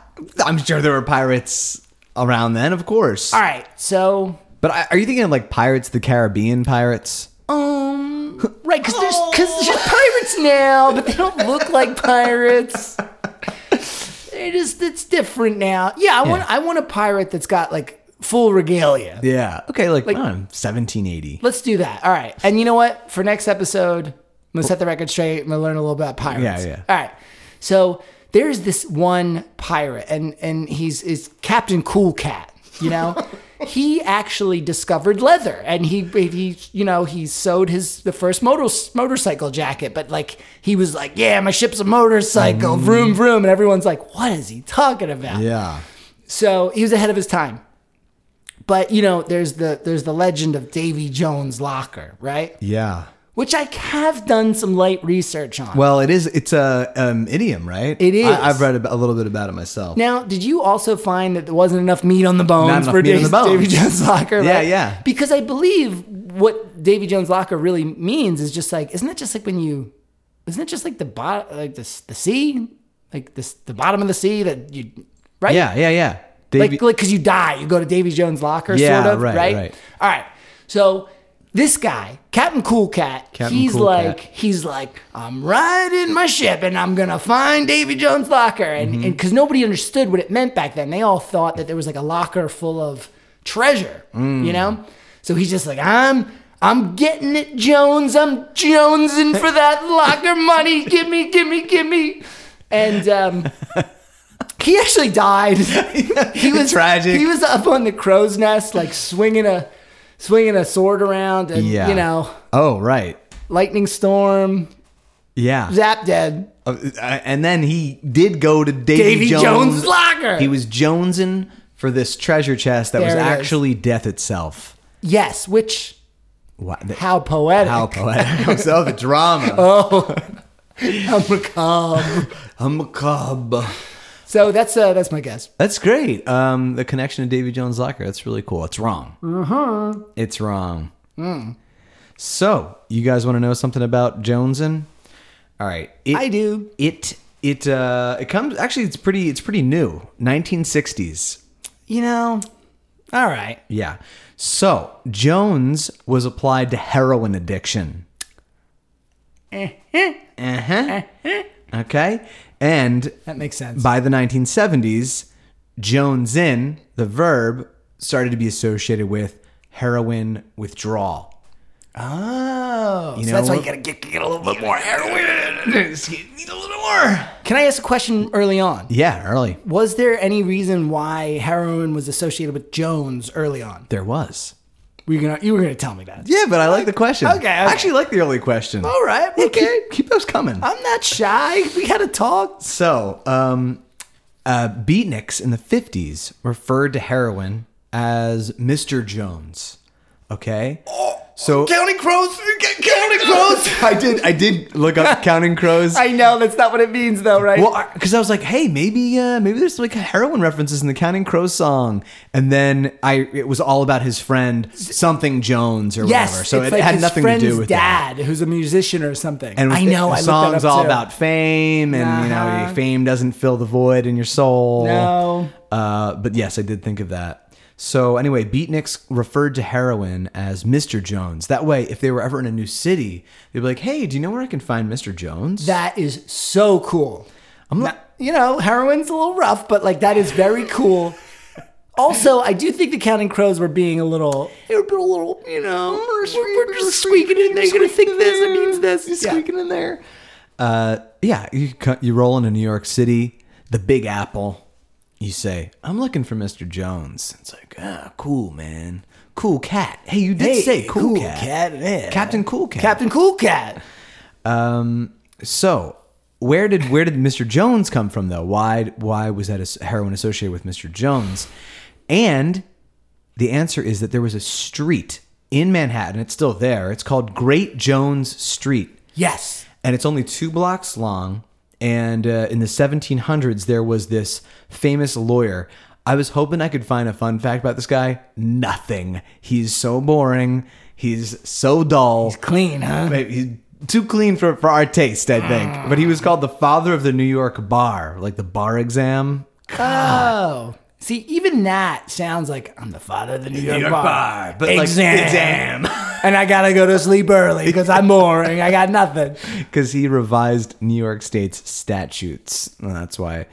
A: I'm sure there were pirates around then, of course.
B: All right, so
A: But I, are you thinking of like Pirates of the Caribbean pirates?
B: Um, right, because there's because there's pirates now, but they don't look like pirates. They just it's different now. Yeah, I want I want a pirate that's got like full regalia.
A: Yeah. Okay, like, I don't know, 1780.
B: Let's do that. All right, and you know what? For next episode, I'm gonna set the record straight. I'm gonna learn a little about pirates.
A: Yeah, yeah.
B: All right, so there's this one pirate, and and he's is Captain Cool Cat. You know. He actually discovered leather, and he he you know he sewed his the first motor, motorcycle jacket. But like he was like, yeah, my ship's a
A: Mm.
B: motorcycle, vroom vroom, and everyone's like, what is he talking about?
A: Yeah.
B: So he was ahead of his time. But you know, there's the there's the legend of Davy Jones' locker, right?
A: Yeah.
B: Which I have done some light research on.
A: Well, it is. It's a um, idiom, right?
B: It is.
A: I, I've read a, a little bit about it myself.
B: now, did you also find that there wasn't enough meat on the bones
A: enough
B: for
A: meat on
B: Davy,
A: the bones.
B: Davy Jones' locker?
A: Yeah,
B: right?
A: yeah.
B: Because I believe what Davy Jones' locker really means is just like, isn't it just like when you, isn't it just like the bottom, like the s- the sea, like this the bottom of the sea that you, right?
A: Yeah, yeah, yeah.
B: like
A: Davy-
B: like because you die, you go to Davy Jones' locker,
A: Yeah,
B: sort of,
A: right,
B: right,
A: right.
B: All right. So this guy, Captain Cool Cat,
A: Captain
B: he's
A: Cool
B: like
A: Cat.
B: he's like I'm riding my ship and I'm gonna find Davy Jones' locker, and
A: Mm-hmm.
B: because nobody understood what it meant back then, they all thought that there was like a locker full of treasure,
A: Mm.
B: you know. So he's just like I'm. I'm getting it, Jones. I'm jonesing for that locker money. Give me, give me, give me. And um, he actually died. he was
A: Tragic.
B: He was up on the crow's nest, like swinging a swinging a sword around, and
A: yeah.
B: you know,
A: Oh, right.
B: lightning storm,
A: Yeah.
B: zap dead.
A: Uh, and then he did go to Davy,
B: Davy
A: Jones.
B: Jones' locker.
A: He was jonesing for this treasure chest that was
B: There it is.
A: actually death itself.
B: Yes, which
A: Wow.
B: how poetic.
A: How poetic. so the drama.
B: Oh. How macabre.
A: A macabre.
B: so that's uh, that's my guess.
A: That's great. Um, the connection to Davy Jones' locker. That's really cool. It's wrong. Uh-huh. It's wrong.
B: Hmm.
A: So, you guys want to know something about Joneson? All right. It,
B: I do.
A: It it uh it comes actually it's pretty it's pretty new. 1960s.
B: You know, all right.
A: Yeah. So, Jones was applied to heroin addiction. Uh-huh. Okay. And
B: That makes sense.
A: by the 1970s, Jones in, the verb, started to be associated with heroin withdrawal.
B: Oh, so
A: know
B: that's why
A: what?
B: you gotta get, get a little bit more heroin.
A: Need a little more.
B: Can I ask a question early on?
A: Yeah, early.
B: Was there any reason why heroin was associated with Jones early on?
A: There was.
B: Were you gonna you were gonna tell me that?
A: Yeah, but I like the question.
B: Okay, okay.
A: I actually like the early question.
B: All right,
A: Yeah,
B: okay.
A: keep, keep those coming.
B: I'm not shy. We gotta talk.
A: So, um, uh, beatniks in the 50s referred to heroin as Mr. Jones. Okay? So
B: Counting crows. Counting
A: I did I did look up Counting Crows.
B: I know that's not what it means, though, right?
A: Well, because I was like, hey, maybe, uh, maybe there's like heroin references in the Counting Crows song, and then I it was all about his friend something Jones or
B: yes.
A: whatever. So
B: it's
A: it
B: like
A: had
B: his
A: nothing
B: friend's
A: to do with that.
B: dad, who's a musician or something.
A: And
B: I know.
A: The
B: I
A: song's
B: looked that up
A: all
B: too.
A: about fame, and you know,
B: Uh-huh.
A: fame doesn't fill the void in your soul.
B: No.
A: Uh, but yes, I did think of that. So anyway, beatniks referred to heroin as Mr. Jones. That way, if they were ever in a new city, they'd be like, "Hey, do you know where I can find Mr. Jones?"
B: That is so cool.
A: I'm
B: Now, you know, heroin's a little rough, but like that is very cool. Also, I do think the Counting Crows were being a little. They were a little, you know, we're, we're just squeaking in. They're gonna think this. It means this.
A: You're
B: Yeah.
A: squeaking in there. Uh, yeah, you co- you roll into New York City, the Big Apple. You say, "I'm looking for Mr. Jones." It's like, ah, cool man, cool cat. Hey, you did
B: Hey,
A: say cool,
B: cool
A: cat.
B: cat, yeah.
A: Captain Cool Cat.
B: Captain Cool Cat.
A: so, where did where did Mr. Jones come from though? Why why was that as- heroin associated with Mr. Jones? And the answer is that there was a street in Manhattan. It's still there. It's called Great Jones Street.
B: Yes.
A: and it's only two blocks long. And uh, in the 1700s, there was this famous lawyer. I was hoping I could find a fun fact about this guy. Nothing. He's so boring. He's so dull.
B: It's clean, huh?
A: Maybe he's too clean for, for our taste, I think. But he was called the father of the New York bar, like the bar exam.
B: Oh. See, even that sounds like I'm the father of the New, York, bar.
A: but
B: exam.
A: like exam.
B: and I gotta go to sleep early because I'm boring. I got nothing.
A: because he revised New York State's statutes. And that's why.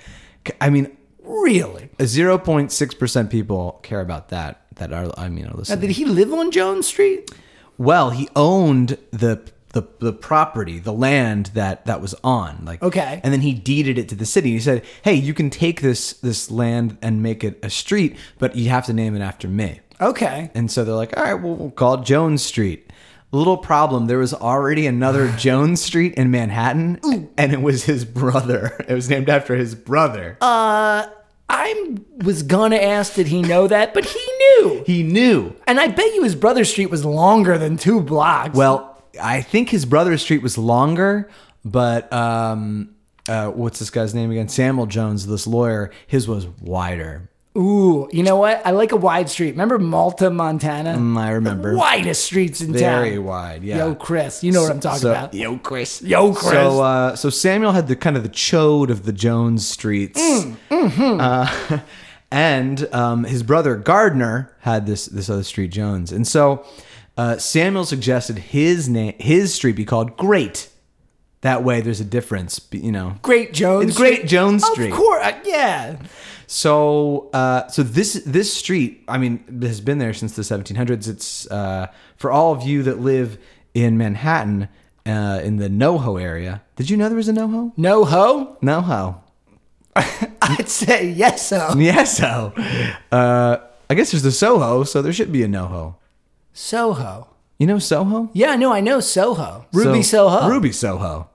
A: I mean,
B: Really?
A: zero point six percent people care about that. That are, I mean, are
B: Now,
A: listening.
B: did he live on Jones Street?
A: Well, he owned the the the property, the land that that was on. Like
B: Okay.
A: and then he deeded it to the city. He said, "Hey, you can take this this land and make it a street, but you have to name it after me."
B: Okay.
A: And so they're like, all right, well, we'll call it Jones Street. Little problem, there was already another Jones Street in Manhattan, and it was his brother. It was named after his brother.
B: Uh. I was gonna ask, did he know that? But he knew.
A: he knew.
B: And I bet you his brother street was longer than two blocks.
A: Well, I think his brother's street was longer, but um, uh, what's this guy's name again? Samuel Jones, this lawyer, his was wider.
B: Ooh, you know what? I like a wide street. Remember Malta, Montana?
A: Mm, I remember.
B: Widest streets in
A: Very
B: town.
A: wide, yeah.
B: Yo, Chris, you know what I'm talking
A: So-
B: about.
A: Yo, Chris.
B: Yo, Chris.
A: So, uh, so Samuel had the kind of the chode of the Jones streets,
B: Mm, mm-hmm.
A: Uh, and um, his brother Gardner had this this other street Jones, and so uh, Samuel suggested his name his street be called Great. That way, there's a difference, but, you know.
B: Great Jones.
A: It's Great
B: Street.
A: Jones Street.
B: Of course, uh, yeah.
A: So, uh, so this this street, I mean, has been there since the 1700s. It's uh, for all of you that live in Manhattan uh, in the NoHo area. Did you know there was a NoHo?
B: No ho?
A: NoHo.
B: I'd say yes ho.
A: Yes, so uh, I guess there's the Soho, so there should be a NoHo.
B: Soho.
A: You know Soho?
B: Yeah, no, I know Soho. Ruby
A: So-
B: Soho.
A: Ruby Soho.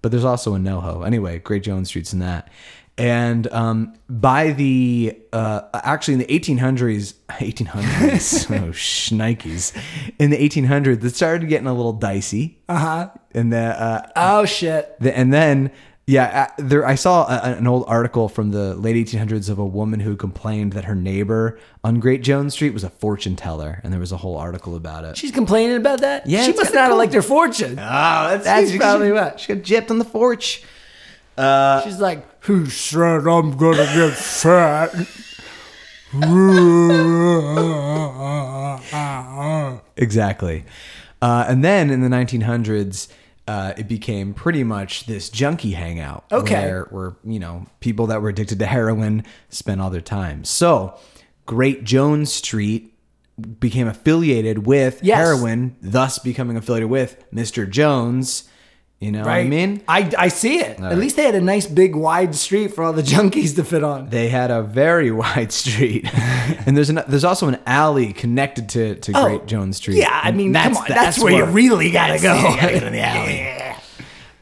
A: But there's also a NoHo. Anyway, Great Jones Street's in that. And um, by the uh, actually in the 1800s, 1800s, oh shnikes, in the 1800s, it started getting a little dicey. Uh
B: uh-huh.
A: huh. And the uh,
B: Oh shit.
A: The, and then, yeah, uh, there I saw a, an old article from the late 1800s of a woman who complained that her neighbor on Great Jones Street was a fortune teller, and there was a whole article about it.
B: She's complaining about that?
A: Yeah,
B: She
A: it's
B: must
A: kinda
B: not have
A: cool.
B: liked her fortune.
A: Oh, that's,
B: that's probably
A: what she got gypped on the forge.
B: She's like, Who said I'm gonna get fat?
A: Exactly. Uh, and then in the 1900s, uh, it became pretty much this junkie hangout.
B: Okay.
A: Where, where, you know, people that were addicted to heroin spent all their time. So, Great Jones Street became affiliated with
B: Yes.
A: heroin, thus becoming affiliated with Mr. Jones. You know what I mean?
B: I, I see it. At least they had a nice big wide street for all the junkies to fit on.
A: They had a very wide street, and there's an, there's also an alley connected to, to Great Jones Street.
B: Oh, Yeah, I
A: And
B: mean, come on, that's, where, you really gotta go. Yeah.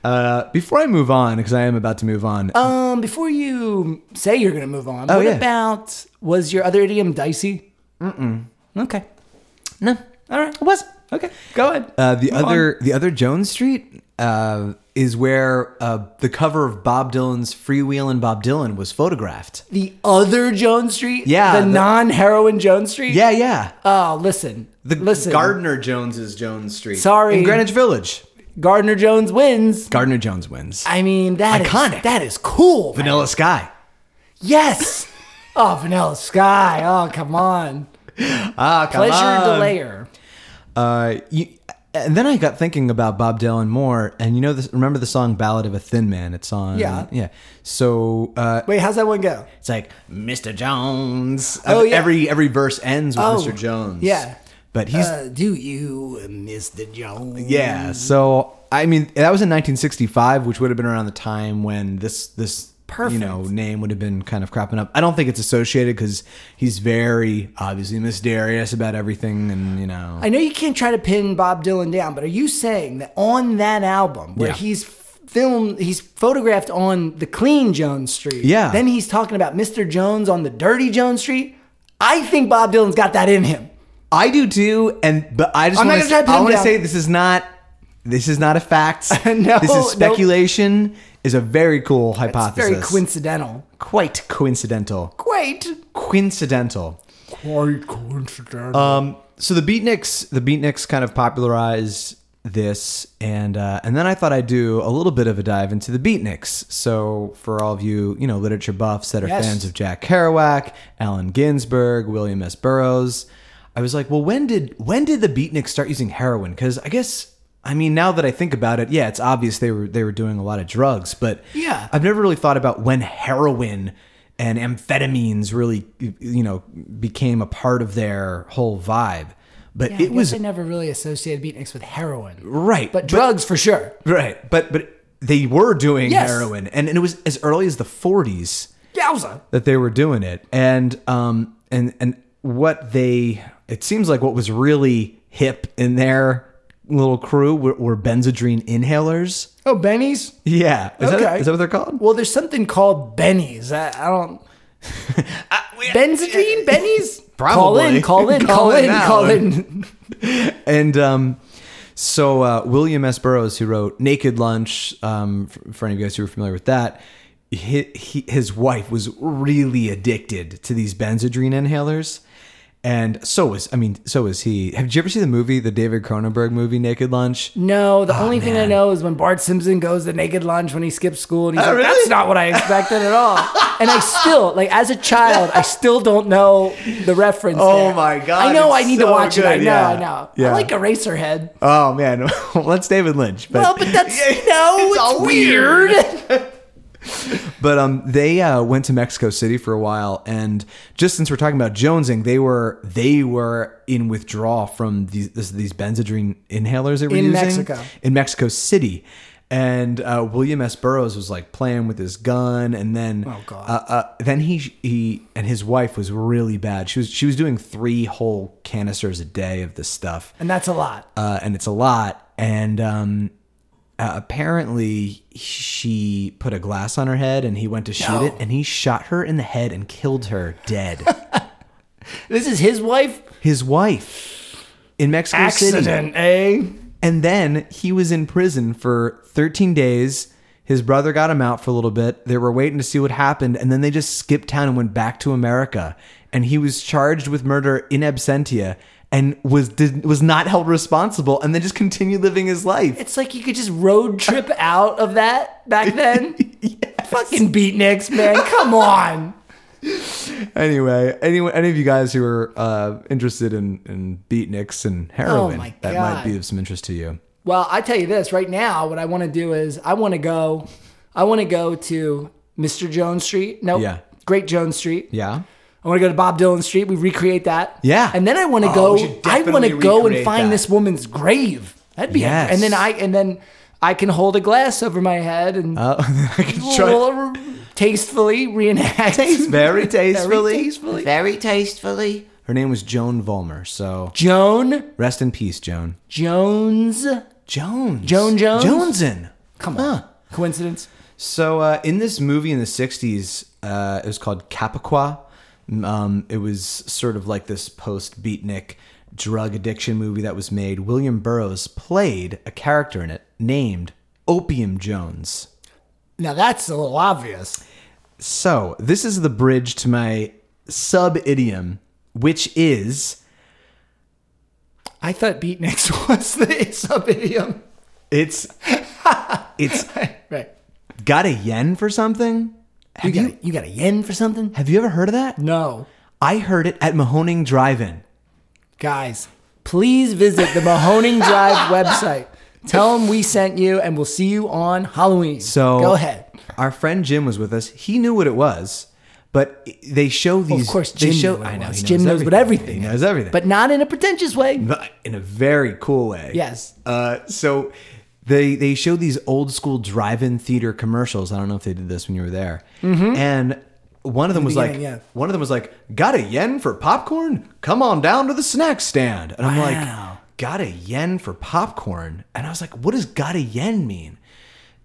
A: Uh, before I move on, because I am about to move on,
B: Um, before you say you're gonna move on, what
A: yeah.
B: about was your other idiom dicey? Mm-mm. Okay.
A: No.
B: All right.
A: It was. Okay.
B: Go ahead.
A: Uh, the other the other Jones Street uh, is where uh, the cover of Bob Dylan's Freewheelin' Bob Dylan was photographed.
B: the other Jones Street?
A: Yeah,
B: The,
A: the-
B: non-heroin Jones Street?
A: Yeah, yeah.
B: Oh, listen.
A: The
B: listen.
A: Gardner Jones's Jones Street.
B: Sorry.
A: In Greenwich Village.
B: Gardner Jones wins.
A: Gardner Jones wins.
B: I mean, that is-
A: Iconic.
B: that is cool. man.
A: Vanilla Sky.
B: Yes. oh, Vanilla Sky. Oh, come on.
A: Ah, come
B: Pleasure
A: on.
B: delayer.
A: Uh, you, and then I got thinking about Bob Dylan more, and you know, this, remember the song "Ballad of a Thin Man"? It's on.
B: Yeah.
A: yeah. So uh,
B: Wait, how's that one go?
A: It's like Mr. Jones. Uh,
B: Oh, yeah.
A: Every every verse ends with
B: Oh,
A: Mr. Jones.
B: yeah.
A: But he's
B: Uh, do you, Mr. Jones?
A: yeah. So I mean, that was in 1965, which would have been around the time when this this
B: Perfect.
A: you know name would have been kind of cropping up. I don't think it's associated because he's very obviously mysterious about everything, and you know.
B: I know you can't try to pin Bob Dylan down, but are you saying that on that album where
A: Yeah.
B: he's filmed, he's photographed on the clean Jones Street?
A: Yeah.
B: Then he's talking about Mr. Jones on the dirty Jones Street? I think Bob Dylan's got that in him.
A: I do too, and but I just
B: I'm not
A: want
B: gonna try to pin
A: I
B: him
A: want to
B: down.
A: say this is not this is not a fact.
B: No,
A: this
B: no.
A: is speculation. Is a very cool
B: It's
A: hypothesis.
B: very coincidental.
A: quite coincidental.
B: Quite.
A: Coincidental.
B: Quite coincidental.
A: Um, so the beatniks, the beatniks kind of popularized this, and uh, and then I thought I'd do a little bit of a dive into the beatniks. So for all of you, you know, literature buffs that are
B: Yes.
A: fans of Jack Kerouac, Allen Ginsberg, William S. Burroughs, I was like, well, when did when did the beatniks start using heroin? Because I guess. I mean, now that I think about it, yeah, it's obvious they were they were doing a lot of drugs, but
B: Yeah.
A: I've never really thought about when heroin and amphetamines really, you know, became a part of their whole vibe. But
B: I
A: it was
B: guess I never really associated beatniks with heroin,
A: right,
B: but drugs for sure.
A: right, but but they were doing
B: Yes.
A: heroin, and, and it was as early as the 40s
B: Yowza!
A: that they were doing it, and um and and what they it seems like what was really hip in their little crew were, were benzodrine inhalers.
B: Oh, Benny's.
A: Yeah, is, that,
B: Okay.
A: is that what they're called?
B: Well, there's something called Benny's. I, I don't. Benzedrine, Benny's. Call
A: Probably.
B: in, call in,
A: Call
B: call
A: in
B: in,
A: now.
B: call in.
A: and um, so uh, William S. Burroughs, who wrote Naked Lunch, um, for, for any of you guys who are familiar with that, he, he, his wife was really addicted to these benzodrine inhalers. And so was, I mean, so was he. Have you ever seen the movie, the David Cronenberg movie, Naked Lunch?
B: No, the only thing I
A: Oh, man.
B: know is when Bart Simpson goes to naked lunch when he skips school, and he's like,
A: Oh, really?
B: "That's not what I expected at all." and I still, like, as a child, I still don't know the reference.
A: Oh
B: there.
A: my God,
B: I know
A: it's
B: I need
A: so
B: to watch it. I
A: good,
B: know,
A: yeah.
B: I know.
A: Yeah.
B: I like Eraserhead.
A: Oh, man. well, that's David Lynch. But,
B: well, but that's no, it's,
A: all
B: weird.
A: But um, they uh, went to Mexico City for a while, and just since we're talking about jonesing, they were they were in withdrawal from these this, these benzodrine inhalers they were
B: In
A: using
B: Mexico.
A: in Mexico City. And uh, William S. Burroughs was like playing with his gun, and then
B: Oh, God.
A: Uh, uh, then he he and his wife was really bad. She was she was doing three whole canisters a day of this stuff
B: and that's a lot.
A: uh, and it's a lot. And um, uh, apparently, she put a glass on her head, and he went to shoot
B: No.
A: it, and he shot her in the head and killed her dead.
B: This is his wife.
A: His wife in Mexico City,
B: Accident, eh?
A: and then he was in prison for 13 days. His brother got him out for a little bit. They were waiting to see what happened, and then they just skipped town and went back to America. And he was charged with murder in absentia, and was did, was not held responsible, and then just continued living his life.
B: It's like you could just road trip out of that back then. Fucking beatniks, man. Come on.
A: anyway, any any of you guys who are uh, interested in, in beatniks and heroin,
B: Oh my
A: that might
B: God.
A: be of some interest to you.
B: Well, I tell you this right now, what I want to do is I want to go, I want to go to Mr. Jones Street. No,
A: Yeah.
B: Great Jones Street.
A: Yeah.
B: I want to go to Bob Dylan Street. We recreate that.
A: Yeah.
B: And then I want to
A: Oh, we should
B: go. I
A: definitely
B: want to go and
A: recreate
B: find
A: that.
B: this woman's grave. That'd be.
A: Yes.
B: And then I and then I can hold a glass over my head and
A: Uh, I can try.
B: we'll tastefully reenact.
A: Very tastefully.
B: tastefully.
C: Very tastefully.
A: Her name was Joan Vollmer. So
B: Joan
A: rest in peace, Joan.
B: Jones.
A: Jones.
B: Joan Jones?
A: Joneson.
B: Come on. Coincidence?
A: So uh, in this movie in the '60s, uh, it was called Capaqua. Um, it was sort of like this post-beatnik drug addiction movie that was made. William Burroughs played a character in it named Opium Jones.
B: Now that's a little obvious.
A: So this is the bridge to my sub idiom, which is
B: I thought beatniks was the sub idiom.
A: it's it's
B: Right.
A: got a yen for something.
B: You
A: Have
B: got,
A: you,
B: you got a yen for something?
A: have you ever heard of that?
B: No.
A: I heard it at Mahoning Drive-In.
B: Guys, please visit the Mahoning Drive website. Tell them we sent you, and we'll see you on Halloween.
A: So
B: go ahead.
A: Our friend Jim was with us. He knew what it was, but they show these.
B: of course,
A: they
B: Jim
A: show.
B: knew what it
A: I know
B: was.
A: he
B: Jim knows what everything
A: He
B: is.
A: knows everything,
B: but not in a pretentious way.
A: but in a very cool way.
B: Yes.
A: Uh, so they they show these old school drive-in theater commercials. I don't know if they did this when you were there. And one of them was like,
B: Mm-hmm. beginning, yeah.
A: one of them was like, "Got a yen for popcorn? Come on down to the snack stand." And I'm
B: Wow.
A: like, "Got a yen for popcorn?" And I was like, "What does got a yen mean?"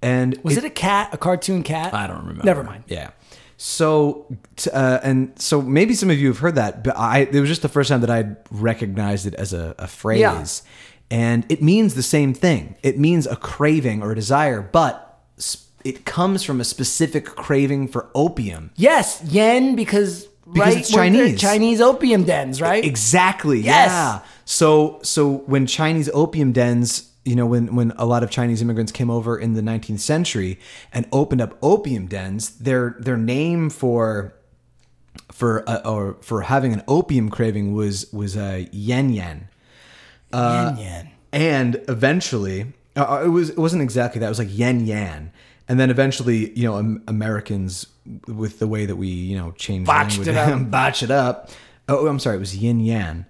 A: And
B: Was it, a cat? A cartoon cat?
A: I don't remember.
B: Never mind.
A: Yeah. So, t- uh, and so maybe some of you have heard that, but I it was just the first time that I recognized it as a, a phrase,
B: Yeah.
A: and it means the same thing. It means a craving or a desire, but sp- it comes from a specific craving for opium.
B: Yes, yen because
A: Because
B: right
A: it's
B: where the
A: Chinese.
B: Chinese opium dens, right?
A: Exactly.
B: Yes.
A: Yeah. So so when Chinese opium dens, you know, when when a lot of Chinese immigrants came over in the 19th century and opened up opium dens, their their name for for uh, or for having an opium craving was was uh, a yen yen. Uh,
B: Yin Yang.
A: and eventually uh, it was it wasn't exactly that it was like yen yan and then eventually you know Am- americans with the way that we you know change
B: Botched
A: language,
B: it up.
A: botch it up oh i'm sorry it was yin yan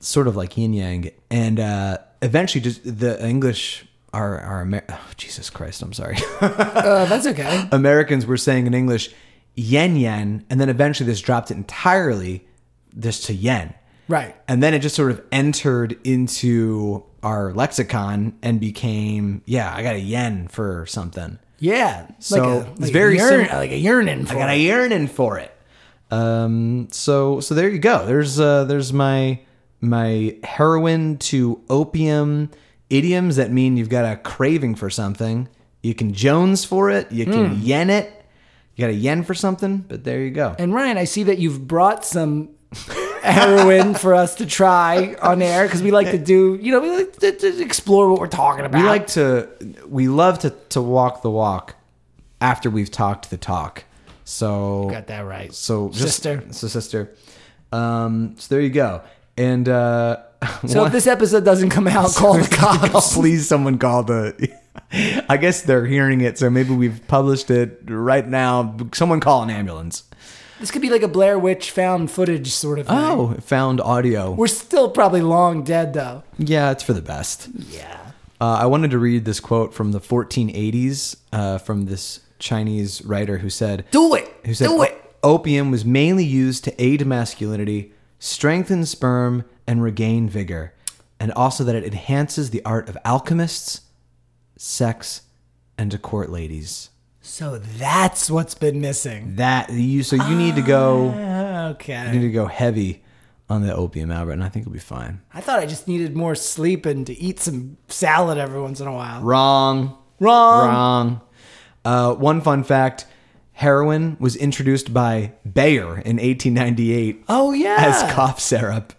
A: sort of like yin yang and uh eventually just the english our our Amer- oh, jesus christ i'm sorry
B: Uh, that's okay.
A: americans were saying in english yen yan and then eventually this dropped it entirely just to yen
B: Right.
A: and then it just sort of entered into our lexicon and became yeah i got a yen for something
B: Yeah.
A: So,
B: like a,
A: it's
B: like a
A: very
B: yearn,
A: sim-
B: like a yearning for.
A: i got a
B: it.
A: yearning for it um so so there you go there's uh there's my my heroin to opium idioms that mean you've got a craving for something you can jones for it you can
B: Hmm.
A: yen it you got a yen for something but there you go
B: And Ryan, I see that you've brought some heroin for us to try on air because we like to do, you know, we like to, to explore what we're talking about.
A: we like to we love to to walk the walk after we've talked the talk so
B: got that right.
A: So just-
B: Sister.
A: so sister. Um, so there you go. And uh,
B: So
A: one-
B: if this episode doesn't come out, call the cops.
A: please, someone call the. I guess they're hearing it, so maybe we've published it right now. Someone call an ambulance.
B: This could be like a Blair Witch found footage sort of. Thing.
A: Oh, found audio.
B: We're still probably long dead though.
A: yeah, it's for the best.
B: Yeah.
A: Uh, I wanted to read this quote from the 1480s uh, from this Chinese writer who said,
B: Do it.
A: who said
B: Do it.
A: "O- opium was mainly used to aid masculinity, strengthen sperm, and regain vigor, and also that it enhances the art of alchemists, sex, and to court ladies.
B: So that's what's been missing.
A: That you so you need to go you
B: Okay.
A: need to go heavy on the opium, Albert, and I think it'll be fine.
B: I thought I just needed more sleep and to eat some salad every once in a while.
A: Wrong.
B: Wrong.
A: Wrong. Uh, one fun fact: heroin was introduced by Bayer in 1898
B: Oh yeah.
A: as cough syrup.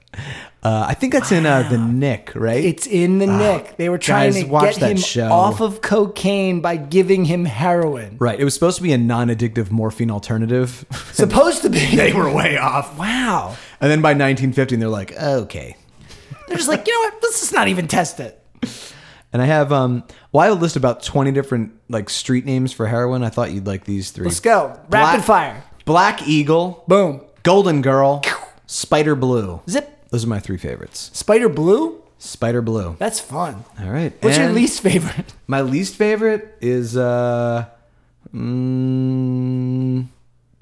A: Uh, I think that's in uh, the Nick, right?
B: It's in the nick. They were trying
A: Ah, guys,
B: to
A: watch
B: get
A: that
B: him
A: show.
B: off of cocaine by giving him heroin.
A: right. It was supposed to be a non-addictive morphine alternative.
B: Supposed to be.
A: they were way off.
B: wow.
A: And then by 1915, they're like, okay.
B: They're just like, you know what? Let's just not even test it.
A: And I have um, well, I have a list of about 20 different like street names for heroin. I thought you'd like these three.
B: Let's go. Rapid
A: Black-
B: fire.
A: Black Eagle,
B: Boom.
A: Golden Girl, Spider Blue.
B: Zip.
A: Those are my three favorites.
B: Spider blue.
A: Spider Blue.
B: That's fun.
A: All right.
B: What's your
A: And
B: least favorite?
A: My least favorite is uh, mm,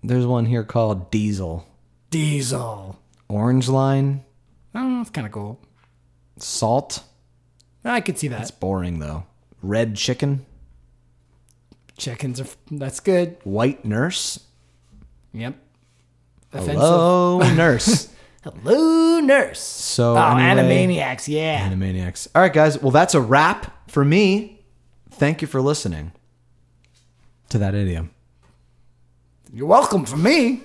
A: there's one here called Diesel,
B: Diesel.
A: Orange Line,
B: Oh, that's kind of cool.
A: Salt.
B: I could see that.
A: It's boring though. Red Chicken,
B: Chickens are. f- That's good.
A: White Nurse,
B: Yep.
A: Hello Nurse.
B: Hello, nurse.
A: So
B: Oh,
A: anyway,
B: Animaniacs. Yeah.
A: Animaniacs. All right, guys. Well, that's a wrap for me. Thank you for listening to that idiom.
B: You're welcome for me.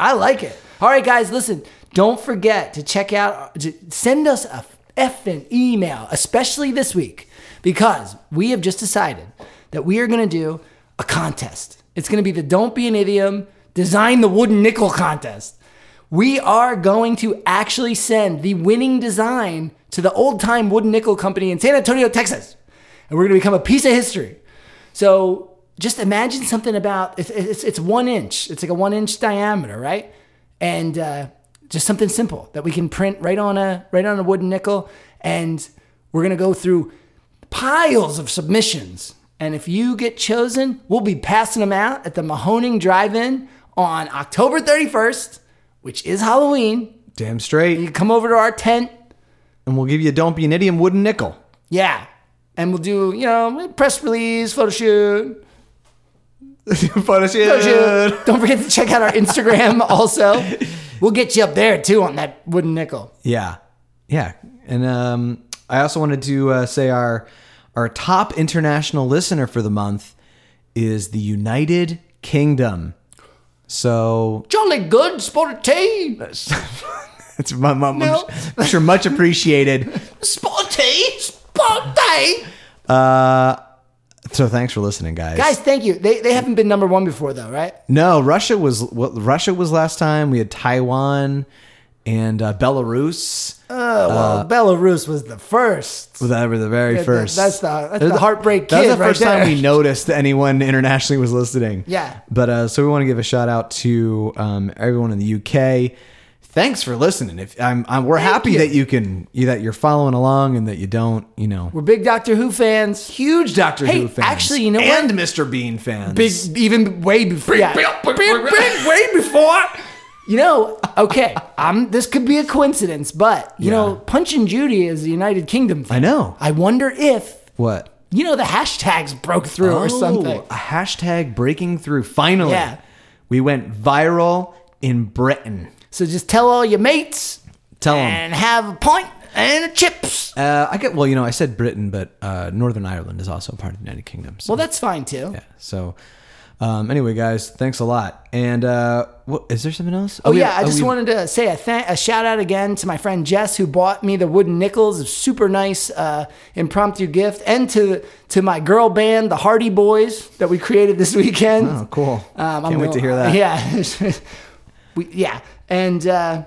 B: I like it. All right, guys, listen. Don't forget to check out, to send us a effing email, especially this week, because we have just decided that we are going to do a contest. It's going to be the Don't Be an Idiom Design the Wooden Nickel contest. We are going to actually send the winning design to the old time wooden nickel company in San Antonio, Texas. And we're going to become a piece of history. So just imagine something about it's, it's, it's one inch. It's like a one inch diameter, right? And uh, just something simple that we can print right on a right on a wooden nickel. And we're gonna go through piles of submissions. And if you get chosen, we'll be passing them out at the Mahoning Drive-In on October 31st, which is Halloween.
A: Damn straight.
B: You can come over to our tent.
A: And we'll give you a don't be an idiom wooden nickel.
B: Yeah. And we'll do, you know, press release, photo shoot,
A: Photo
B: Don't
A: shoot.
B: you- Don't forget to check out our Instagram also. We'll get you up there too on that wooden nickel.
A: Yeah, yeah, and um, I also wanted to uh, say our our top international listener for the month is the United Kingdom. So
B: Jolly good spotted tea.
A: it's my mom.
B: No.
A: I'm sure much appreciated.
B: Spotted tea. Spotted tea.
A: so thanks for listening, guys.
B: Guys, thank you. They they haven't been number one before though, right?
A: No, Russia was what Russia was last time. We had Taiwan and uh, Belarus.
B: Oh well, Belarus was the first.
A: Well, That were the very
B: that-
A: Uh, first.
B: that's the- that's
A: That was
B: the heartbreak
A: That was
B: kid
A: the
B: right
A: first
B: there.
A: time we noticed that anyone internationally was listening.
B: Yeah.
A: But uh, so we want to give a shout out to um, everyone in the UK. Thanks for listening. If I'm, I'm we're happy
B: you.
A: that you can you, that you're following along and that you don't, you know,
B: We're big Doctor Who fans.
A: huge Doctor
B: Hey,
A: Who fans.
B: actually, you know
A: and Mr. Bean fans.
B: Big, even way before. yeah. Big, big, way before. You know, okay, I'm, this could be a coincidence, but you
A: Yeah.
B: know, Punch and Judy is a United Kingdom thing.
A: I know.
B: I wonder if
A: What? Oh,
B: you know the hashtags broke through or something.
A: A hashtag breaking through. Finally,
B: Yeah.
A: we went viral in Britain.
B: So just tell all your mates
A: Tell them.
B: and have a pint and a chips.
A: Uh, I get well, you know, I said Britain, but uh, Northern Ireland is also part of the United Kingdom. So,
B: Well, that's fine too.
A: yeah. So, um, anyway, guys, thanks a lot. And uh, what is there something else?
B: Oh, yeah, I just wanted to say a, thank a shout out again to my friend Jess who bought me the wooden nickels, a super nice uh, impromptu gift, and to to my girl band, the Hardy Boys, that we created this weekend.
A: Oh, cool!
B: Um,
A: Can't
B: I'm
A: wait
B: gonna-
A: to hear that.
B: Yeah, we, yeah, and uh,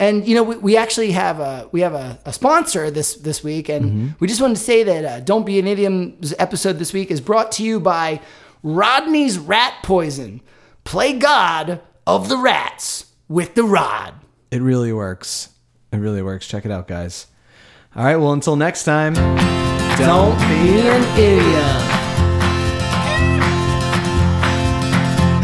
B: and you know we, we actually have a we have a, a sponsor this this week, and
A: Mm-hmm.
B: we just wanted to say that uh, "Don't Be an Idiom's" episode this week is brought to you by Rodney's Rat Poison. Play God of the Rats with the rod.
A: It really works. It really works. Check it out, guys. All right. Well, until next time.
B: Don't be an idiom.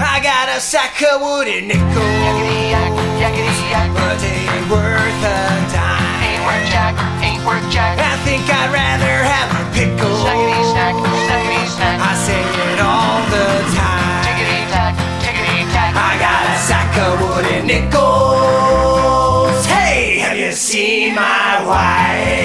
C: I got a sack of wooden nickel.
D: Yakety yak, yakety yak,
C: But it ain't worth a
D: ain't
C: dime.
D: worth jack, ain't worth jack.
C: I think I'd rather have a pickle.
D: Snackety snack, snackety snack.
C: I say it all the time.
D: Tickety tack, tickety tack.
C: I got a sack of wooden nickels. Hey, have you seen my wife?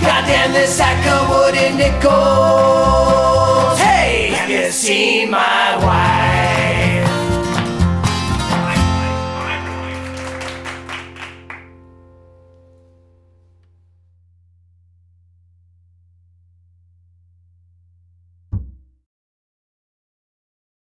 C: Goddamn this sack of wooden nickels. Hey, have you seen my